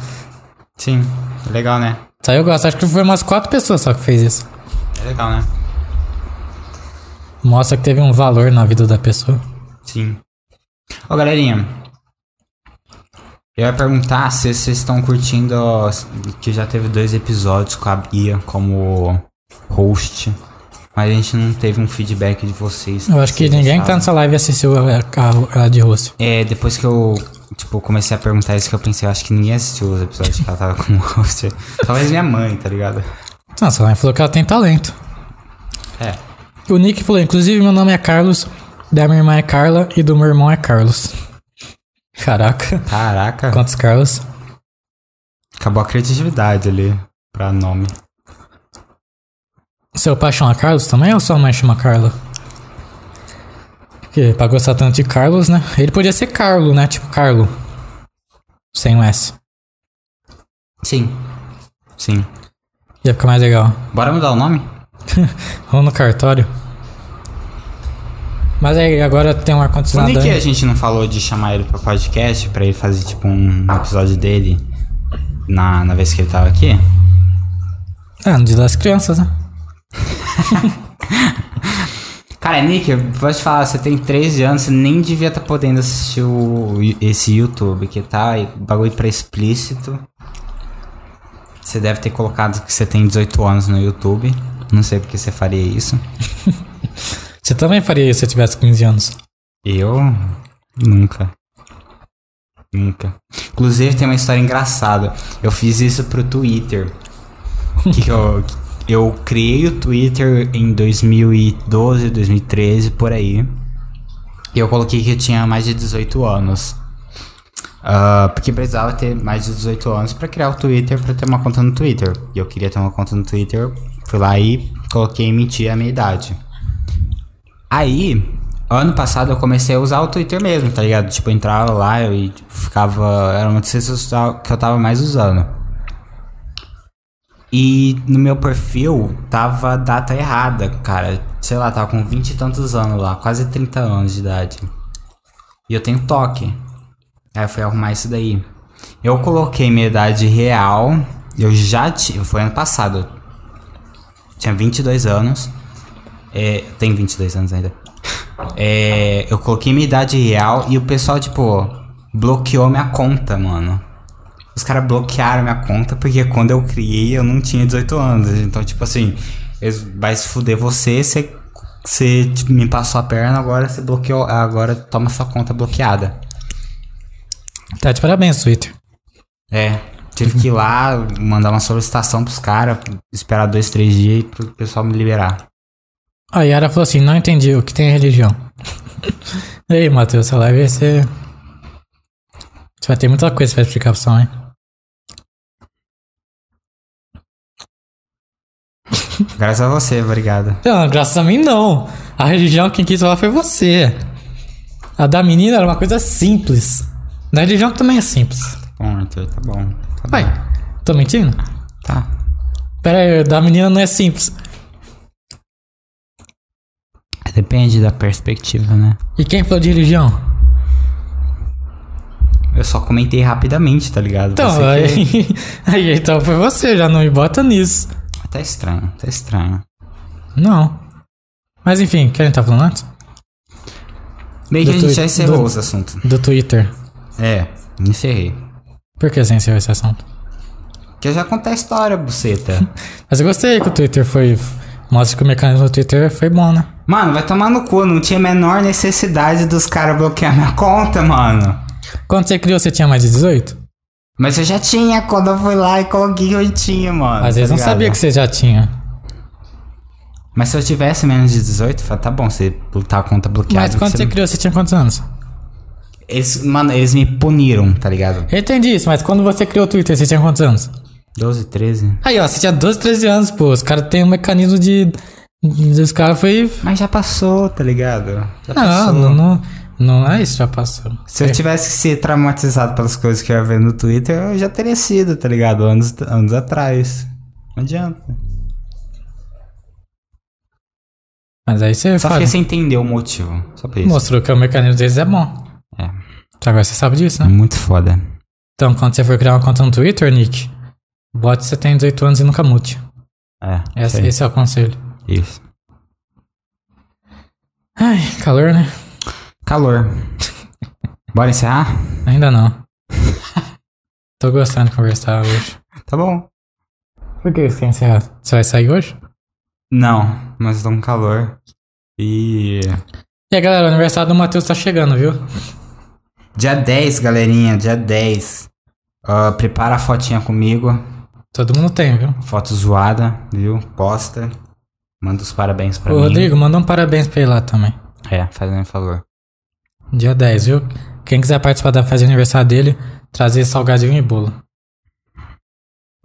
Speaker 1: Sim, é legal, né?
Speaker 2: Isso aí eu gosto. Acho que foi umas quatro pessoas só que fez isso.
Speaker 1: É legal, né?
Speaker 2: Mostra que teve um valor na vida da pessoa.
Speaker 1: Sim. Ô, galerinha. Eu ia perguntar se vocês estão curtindo ó, que já teve dois episódios com a Bia como host. Mas a gente não teve um feedback de vocês.
Speaker 2: Eu acho que
Speaker 1: Vocês
Speaker 2: ninguém que tá
Speaker 1: acharam?
Speaker 2: nessa live assistiu a, a, a de rosto.
Speaker 1: É, depois que eu tipo, comecei a perguntar isso que eu pensei, eu acho que ninguém assistiu os episódios que ela tava como host. <laughs> Talvez minha mãe, tá ligado?
Speaker 2: Nossa, ela falou que ela tem talento.
Speaker 1: É.
Speaker 2: O Nick falou, inclusive, meu nome é Carlos, da minha irmã é Carla e do meu irmão é Carlos. Caraca, <laughs>
Speaker 1: Caraca,
Speaker 2: quantos Carlos?
Speaker 1: acabou a criatividade ali pra nome.
Speaker 2: Seu pai chama Carlos também ou sua mãe chama Carla? Porque pra gostar tanto de Carlos, né? Ele podia ser Carlo, né? Tipo Carlo. Sem o S.
Speaker 1: Sim. Sim.
Speaker 2: Ia ficar mais legal.
Speaker 1: Bora mudar o nome?
Speaker 2: Ou no cartório. Mas aí agora tem um ar-condicionado.
Speaker 1: Por que
Speaker 2: aí.
Speaker 1: a gente não falou de chamar ele pro podcast pra ele fazer tipo um episódio dele na, na vez que ele tava aqui?
Speaker 2: Ah, no dia das crianças, né?
Speaker 1: Cara, Nick, eu vou te falar, você tem 13 anos, você nem devia estar podendo assistir o, esse YouTube, que tá e bagulho pra explícito. Você deve ter colocado que você tem 18 anos no YouTube. Não sei porque você faria isso.
Speaker 2: Você também faria isso se eu tivesse 15 anos.
Speaker 1: Eu nunca. Nunca. Inclusive tem uma história engraçada. Eu fiz isso pro Twitter. Que eu, eu criei o Twitter em 2012, 2013, por aí. E eu coloquei que eu tinha mais de 18 anos. Ah, porque precisava ter mais de 18 anos pra criar o Twitter, pra ter uma conta no Twitter. E eu queria ter uma conta no Twitter, fui lá e coloquei mentir a minha idade. Aí, ano passado eu comecei a usar o Twitter mesmo, tá ligado? Tipo, eu entrava lá e tipo, ficava. Era uma das redes sociais que eu tava mais usando. E no meu perfil tava a data errada, cara. Sei lá, tava com 20 e tantos anos lá, quase 30 anos de idade. E eu tenho toque. Aí eu fui arrumar isso daí. Eu coloquei minha idade real. Eu já tive. Foi ano passado. Tinha 22 anos. É, tem 22 anos ainda. É, eu coloquei minha idade real e o pessoal, tipo, bloqueou minha conta, mano. Os caras bloquearam minha conta porque quando eu criei eu não tinha 18 anos. Então, tipo assim, eles- vai se fuder você, você, você tipo, me passou a perna, agora você bloqueou, agora toma sua conta bloqueada.
Speaker 2: Tá de parabéns, Twitter.
Speaker 1: É. Tive que ir lá, mandar uma solicitação pros caras, esperar dois, três dias pro pessoal me liberar.
Speaker 2: A Yara falou assim: não entendi o que tem religião. <laughs> e aí, Matheus, essa live vai ser. Você vai ter muita coisa pra explicar pro som, hein?
Speaker 1: Graças a você, obrigado.
Speaker 2: Não, graças a mim não. A religião quem quis falar foi você. A da menina era uma coisa simples. Da religião também é simples.
Speaker 1: Bom, Arthur, tá bom. Tá
Speaker 2: Vai, tô mentindo?
Speaker 1: bom. Tá.
Speaker 2: Pera aí, da menina não é simples.
Speaker 1: Depende da perspectiva, né?
Speaker 2: E quem falou de religião?
Speaker 1: Eu só comentei rapidamente, tá ligado? Você
Speaker 2: Então,
Speaker 1: que-
Speaker 2: aí, aí <laughs> então foi você, já não me bota nisso.
Speaker 1: Tá estranho, tá estranho.
Speaker 2: Não. Mas enfim, o que a gente tá falando antes?
Speaker 1: Meio que a
Speaker 2: Do
Speaker 1: gente
Speaker 2: tui-
Speaker 1: já encerrou
Speaker 2: do-
Speaker 1: os assuntos.
Speaker 2: Do Twitter.
Speaker 1: É, encerrei.
Speaker 2: Por que você encerrou esse assunto?
Speaker 1: Que eu já contei a história,
Speaker 2: <laughs>
Speaker 1: buceta.
Speaker 2: Mas eu gostei que o Twitter foi. Mostra que o mecanismo do Twitter foi bom, né?
Speaker 1: mano, vai tomar no cu, não tinha a menor necessidade dos caras bloquear minha conta, mano.
Speaker 2: Quando você criou, você tinha mais de 18?
Speaker 1: Mas eu já tinha quando eu fui lá e coloquei que eu tinha, mano.
Speaker 2: Às vezes
Speaker 1: tá
Speaker 2: não
Speaker 1: ligado?
Speaker 2: sabia que você já tinha.
Speaker 1: Mas se eu tivesse menos de 18, fala, tá bom, você tá a conta bloqueada.
Speaker 2: Mas quando você criou, você tinha quantos anos?
Speaker 1: Eles, mano, eles me puniram, tá ligado?
Speaker 2: Eu entendi isso, mas quando você criou o Twitter, você tinha quantos anos?
Speaker 1: 12, 13.
Speaker 2: Aí, ó, você tinha 12, 13 anos, pô. Os caras têm um mecanismo de. de- Os caras foi.
Speaker 1: Mas já passou, tá ligado? Já
Speaker 2: Não,
Speaker 1: passou.
Speaker 2: não, não, não é isso, já passou.
Speaker 1: Se eu tivesse sido traumatizado pelas coisas que eu ia ver no Twitter, eu já teria sido, tá ligado? Anos, anos atrás. Não adianta.
Speaker 2: Mas aí você
Speaker 1: Só
Speaker 2: fala,
Speaker 1: fiquei sem entender o motivo. Só por isso.
Speaker 2: mostrou que o mecanismo deles é bom.
Speaker 1: É.
Speaker 2: Agora você sabe disso,
Speaker 1: É
Speaker 2: né?
Speaker 1: muito foda.
Speaker 2: Então, quando você for criar uma conta no Twitter, Nick, bote que você tem 18 anos e nunca mute.
Speaker 1: É.
Speaker 2: Esse,
Speaker 1: sei.
Speaker 2: esse é o conselho.
Speaker 1: Isso.
Speaker 2: Ai, calor, né? <laughs>
Speaker 1: Calor. Bora encerrar? <laughs>
Speaker 2: Ainda não. Tô gostando de conversar hoje.
Speaker 1: Tá bom.
Speaker 2: Por que você quer encerrar? Você vai sair hoje?
Speaker 1: Não, mas tá um calor. E.
Speaker 2: E aí, galera, o aniversário do Matheus tá chegando, viu?
Speaker 1: Dia 10, galerinha, dia 10. Ah, prepara a fotinha comigo.
Speaker 2: Todo mundo tem, viu?
Speaker 1: Foto zoada, viu? Posta. Manda os parabéns pra
Speaker 2: Ô,
Speaker 1: mim.
Speaker 2: Rodrigo, manda um parabéns pra ele lá também.
Speaker 1: É, fazendo um favor.
Speaker 2: Dia 10, viu? Quem quiser participar da festa de aniversário dele, trazer salgadinho e bolo.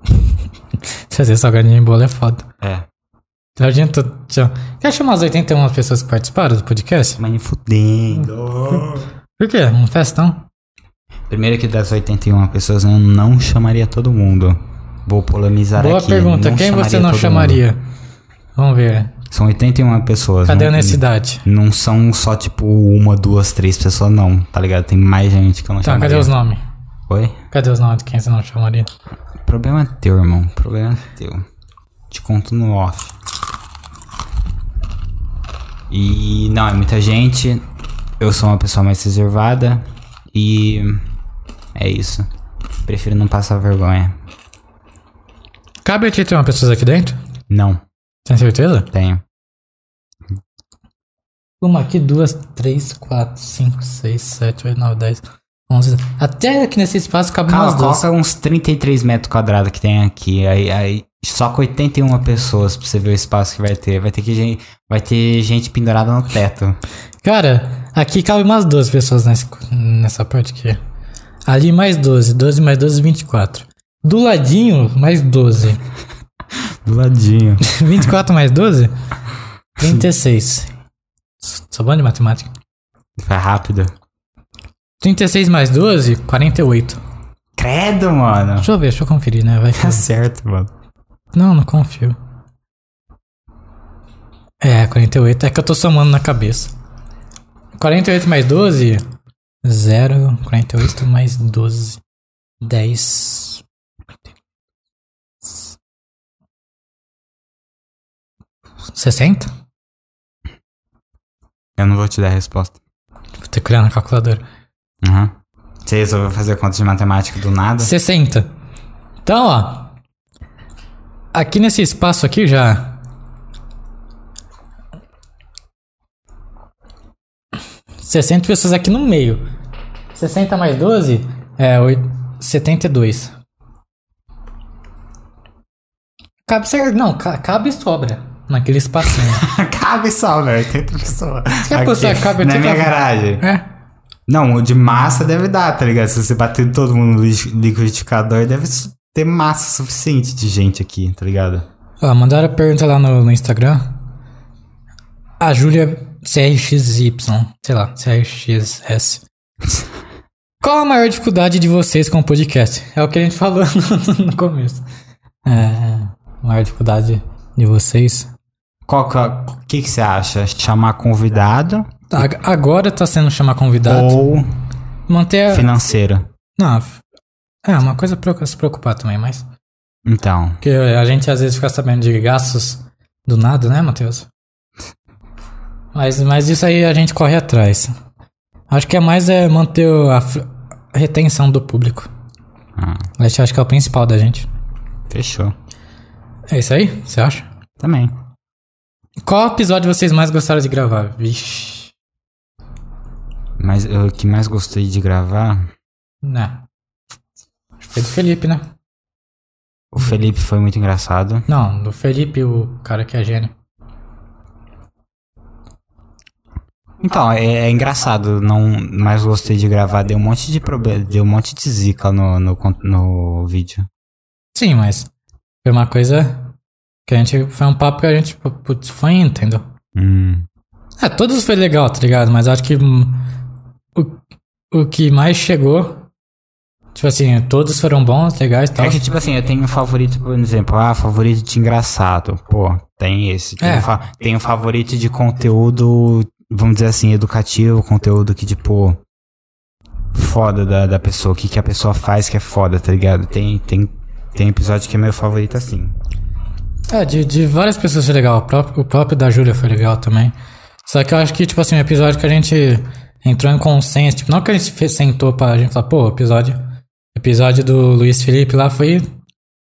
Speaker 2: <laughs> trazer salgadinho e bolo é foda.
Speaker 1: É.
Speaker 2: A gente tá- tchau. Quer chamar as 81 pessoas que participaram do podcast?
Speaker 1: Mas me
Speaker 2: <laughs>
Speaker 1: fudendo.
Speaker 2: Por quê? Um festão?
Speaker 1: né, Primeiro que das 81 pessoas eu não chamaria todo mundo. Vou polemizar
Speaker 2: Boa
Speaker 1: aqui.
Speaker 2: pergunta.
Speaker 1: Não
Speaker 2: Quem
Speaker 1: chamaria
Speaker 2: você não
Speaker 1: todo mundo.
Speaker 2: chamaria? Vamos ver.
Speaker 1: São 81 pessoas.
Speaker 2: Cadê a
Speaker 1: não,
Speaker 2: honestidade?
Speaker 1: Não são só, tipo, uma, duas, três pessoas, não. Tá ligado? Tem mais gente que eu não
Speaker 2: Tá,
Speaker 1: chamaria.
Speaker 2: cadê os nomes?
Speaker 1: Oi?
Speaker 2: Cadê os nomes de quem você não chamaria?
Speaker 1: Problema é teu, irmão. Problema é teu. Te conto no off. E não, é muita gente. Eu sou uma pessoa mais reservada. E é isso. Prefiro não passar vergonha.
Speaker 2: Cabe a ti ter uma pessoa aqui dentro?
Speaker 1: Não,
Speaker 2: Tem certeza?
Speaker 1: tenho.
Speaker 2: Uma aqui, duas, três, quatro, cinco, seis, sete, oito, nove, dez, onze. Até aqui nesse espaço cabe
Speaker 1: Calma,
Speaker 2: umas duas.
Speaker 1: coloca uns 33 metros quadrados que tem aqui. Aí, aí só com 81 pessoas pra você ver o espaço que vai ter. Vai ter que gen- vai ter gente pendurada no teto.
Speaker 2: Cara, aqui cabe umas 12 pessoas nesse- nessa parte aqui. Ali mais 12. 12 mais 12, 24. Do ladinho, mais <laughs> 12.
Speaker 1: Do ladinho.
Speaker 2: 24 mais 12? 36. Sou bom de matemática.
Speaker 1: Foi rápido.
Speaker 2: 36 mais 12, 48.
Speaker 1: Credo, mano.
Speaker 2: Deixa eu ver, deixa eu conferir, né? Vai
Speaker 1: <laughs>
Speaker 2: que-
Speaker 1: Tá certo, mano.
Speaker 2: Não, não confio. É, 48. É que eu tô somando na cabeça. 48 mais 12? 0. 48 mais 12. 10. Sessenta?
Speaker 1: Eu não vou te dar a resposta.
Speaker 2: Vou ter que olhar na calculadora.
Speaker 1: Aham. Você resolveu fazer conta de matemática do nada?
Speaker 2: 60. Então, ó. Aqui nesse espaço aqui já. Sessenta pessoas aqui no meio. 60 mais 12 é oit- 72. Cabe ser. Não, ca- cabe e sobra. Naquele espacinho.
Speaker 1: <laughs> cabe só, velho. 80 pessoas.
Speaker 2: que a pessoa cabe
Speaker 1: na
Speaker 2: aqui,
Speaker 1: minha
Speaker 2: cabe-
Speaker 1: garagem.
Speaker 2: é.
Speaker 1: Não, o de massa deve dar, tá ligado? Se você bater todo mundo no liqui- liquidificador, deve su- ter massa suficiente de gente aqui, tá ligado?
Speaker 2: Ó, Ah, mandaram a pergunta lá no, no Instagram. A Júlia CRXY, sei lá, CRXS. Qual a maior dificuldade de vocês com o podcast? É o que a gente falou <laughs> no, no começo. É, a maior dificuldade de vocês.
Speaker 1: Qual que é- o que, que você acha? Chamar convidado
Speaker 2: A- Agora tá sendo chamar convidado.
Speaker 1: ou
Speaker 2: Manter. A,
Speaker 1: financeiro?
Speaker 2: não, f- é uma coisa pra se preocupar também, mas.
Speaker 1: Então,
Speaker 2: Porque a gente às vezes fica sabendo de gastos do nada, né, Matheus? Mas, mas isso aí a gente corre atrás. Acho que é mais é manter o- a fr- a retenção do público.
Speaker 1: Ah.
Speaker 2: Esse acho que é o principal da gente.
Speaker 1: fechou.
Speaker 2: É isso aí? Você acha?
Speaker 1: Também.
Speaker 2: Qual episódio vocês mais gostaram de gravar? Vixe.
Speaker 1: Mas eu- o que mais gostei de gravar,
Speaker 2: Né. Acho que foi do Felipe, né?
Speaker 1: o Felipe foi muito engraçado.
Speaker 2: Não, do Felipe, o cara que é gênio.
Speaker 1: Então, é, é engraçado, não, mas gostei de gravar, deu um monte de problema, deu um monte de zica no, no, con- no vídeo.
Speaker 2: Sim, mas foi uma coisa que a gente. Foi um papo que a gente. tipo, Putz, foi, entendeu?
Speaker 1: Hum,
Speaker 2: É, todos foi legal, tá ligado? Mas acho que hum, o, o que mais chegou. Tipo assim, todos foram bons, legais e tal.
Speaker 1: É que, tipo assim, eu tenho um favorito, por exemplo, ah, favorito de engraçado. Pô, tem esse. Tem,
Speaker 2: É.
Speaker 1: um, fa- tem um favorito de conteúdo, vamos dizer assim, educativo, conteúdo que, tipo, foda da, da pessoa, o que, que a pessoa faz que é foda, tá ligado? Tem, tem, tem episódio que é meu favorito assim.
Speaker 2: É, de, de várias pessoas foi legal. O próprio, o próprio da Júlia foi legal também. Só que eu acho que, tipo assim, o episódio que a gente entrou em consenso, tipo, não que a gente fe- sentou pra gente falar, pô, o episódio, episódio do Luiz Felipe lá foi,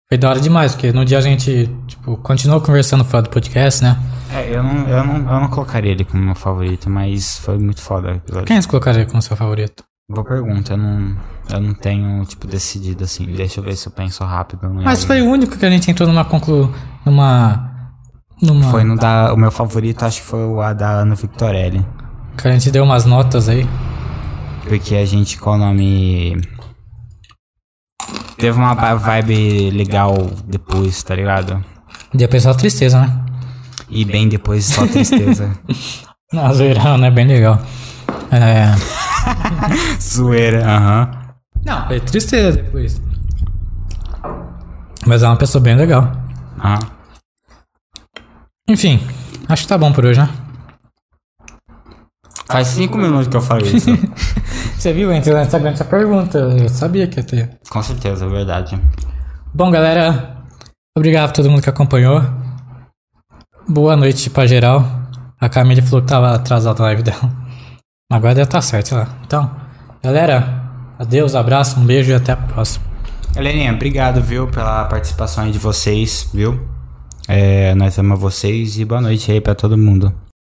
Speaker 2: foi da hora demais, porque no dia a gente, tipo, continuou conversando fora do podcast, né?
Speaker 1: É, eu não, eu, não, eu não colocaria ele como meu favorito, mas foi muito foda o episódio.
Speaker 2: Quem você colocaria como seu favorito?
Speaker 1: Boa pergunta, eu não, eu não tenho, tipo, decidido assim. Deixa eu ver se eu penso rápido. é em
Speaker 2: Mas
Speaker 1: algum.
Speaker 2: foi o único que a gente entrou numa conclu... numa... numa...
Speaker 1: Foi no da. O meu favorito acho que foi o a da Ana Victorelli.
Speaker 2: Que a gente deu umas notas aí.
Speaker 1: Porque a gente, qual o nome. Teve uma ba- vibe legal depois, tá ligado?
Speaker 2: Deu pessoal tristeza, né?
Speaker 1: E bem depois só tristeza.
Speaker 2: <laughs> Na zoeirão, né? Bem legal. É...
Speaker 1: Zoeira, aham.
Speaker 2: Não, foi tristeza depois. Mas é uma pessoa bem legal.
Speaker 1: Ah.
Speaker 2: Enfim, acho que tá bom por hoje, né?
Speaker 1: Faz cinco minutos que eu falei
Speaker 2: <laughs>
Speaker 1: isso.
Speaker 2: Você viu? Eu entrei no Instagram essa pergunta. Eu sabia que ia ter.
Speaker 1: Com certeza, é verdade.
Speaker 2: Bom, galera, obrigado a todo mundo que acompanhou. Boa noite pra geral. A Camille falou que tava atrasada a live dela. Mas Agora deve estar certo, sei lá. Então, galera, adeus, abraço, um beijo e até a próxima.
Speaker 1: Heleninha, obrigado, viu, pela participação aí de vocês, viu? É, nós amamos vocês e boa noite aí pra todo mundo.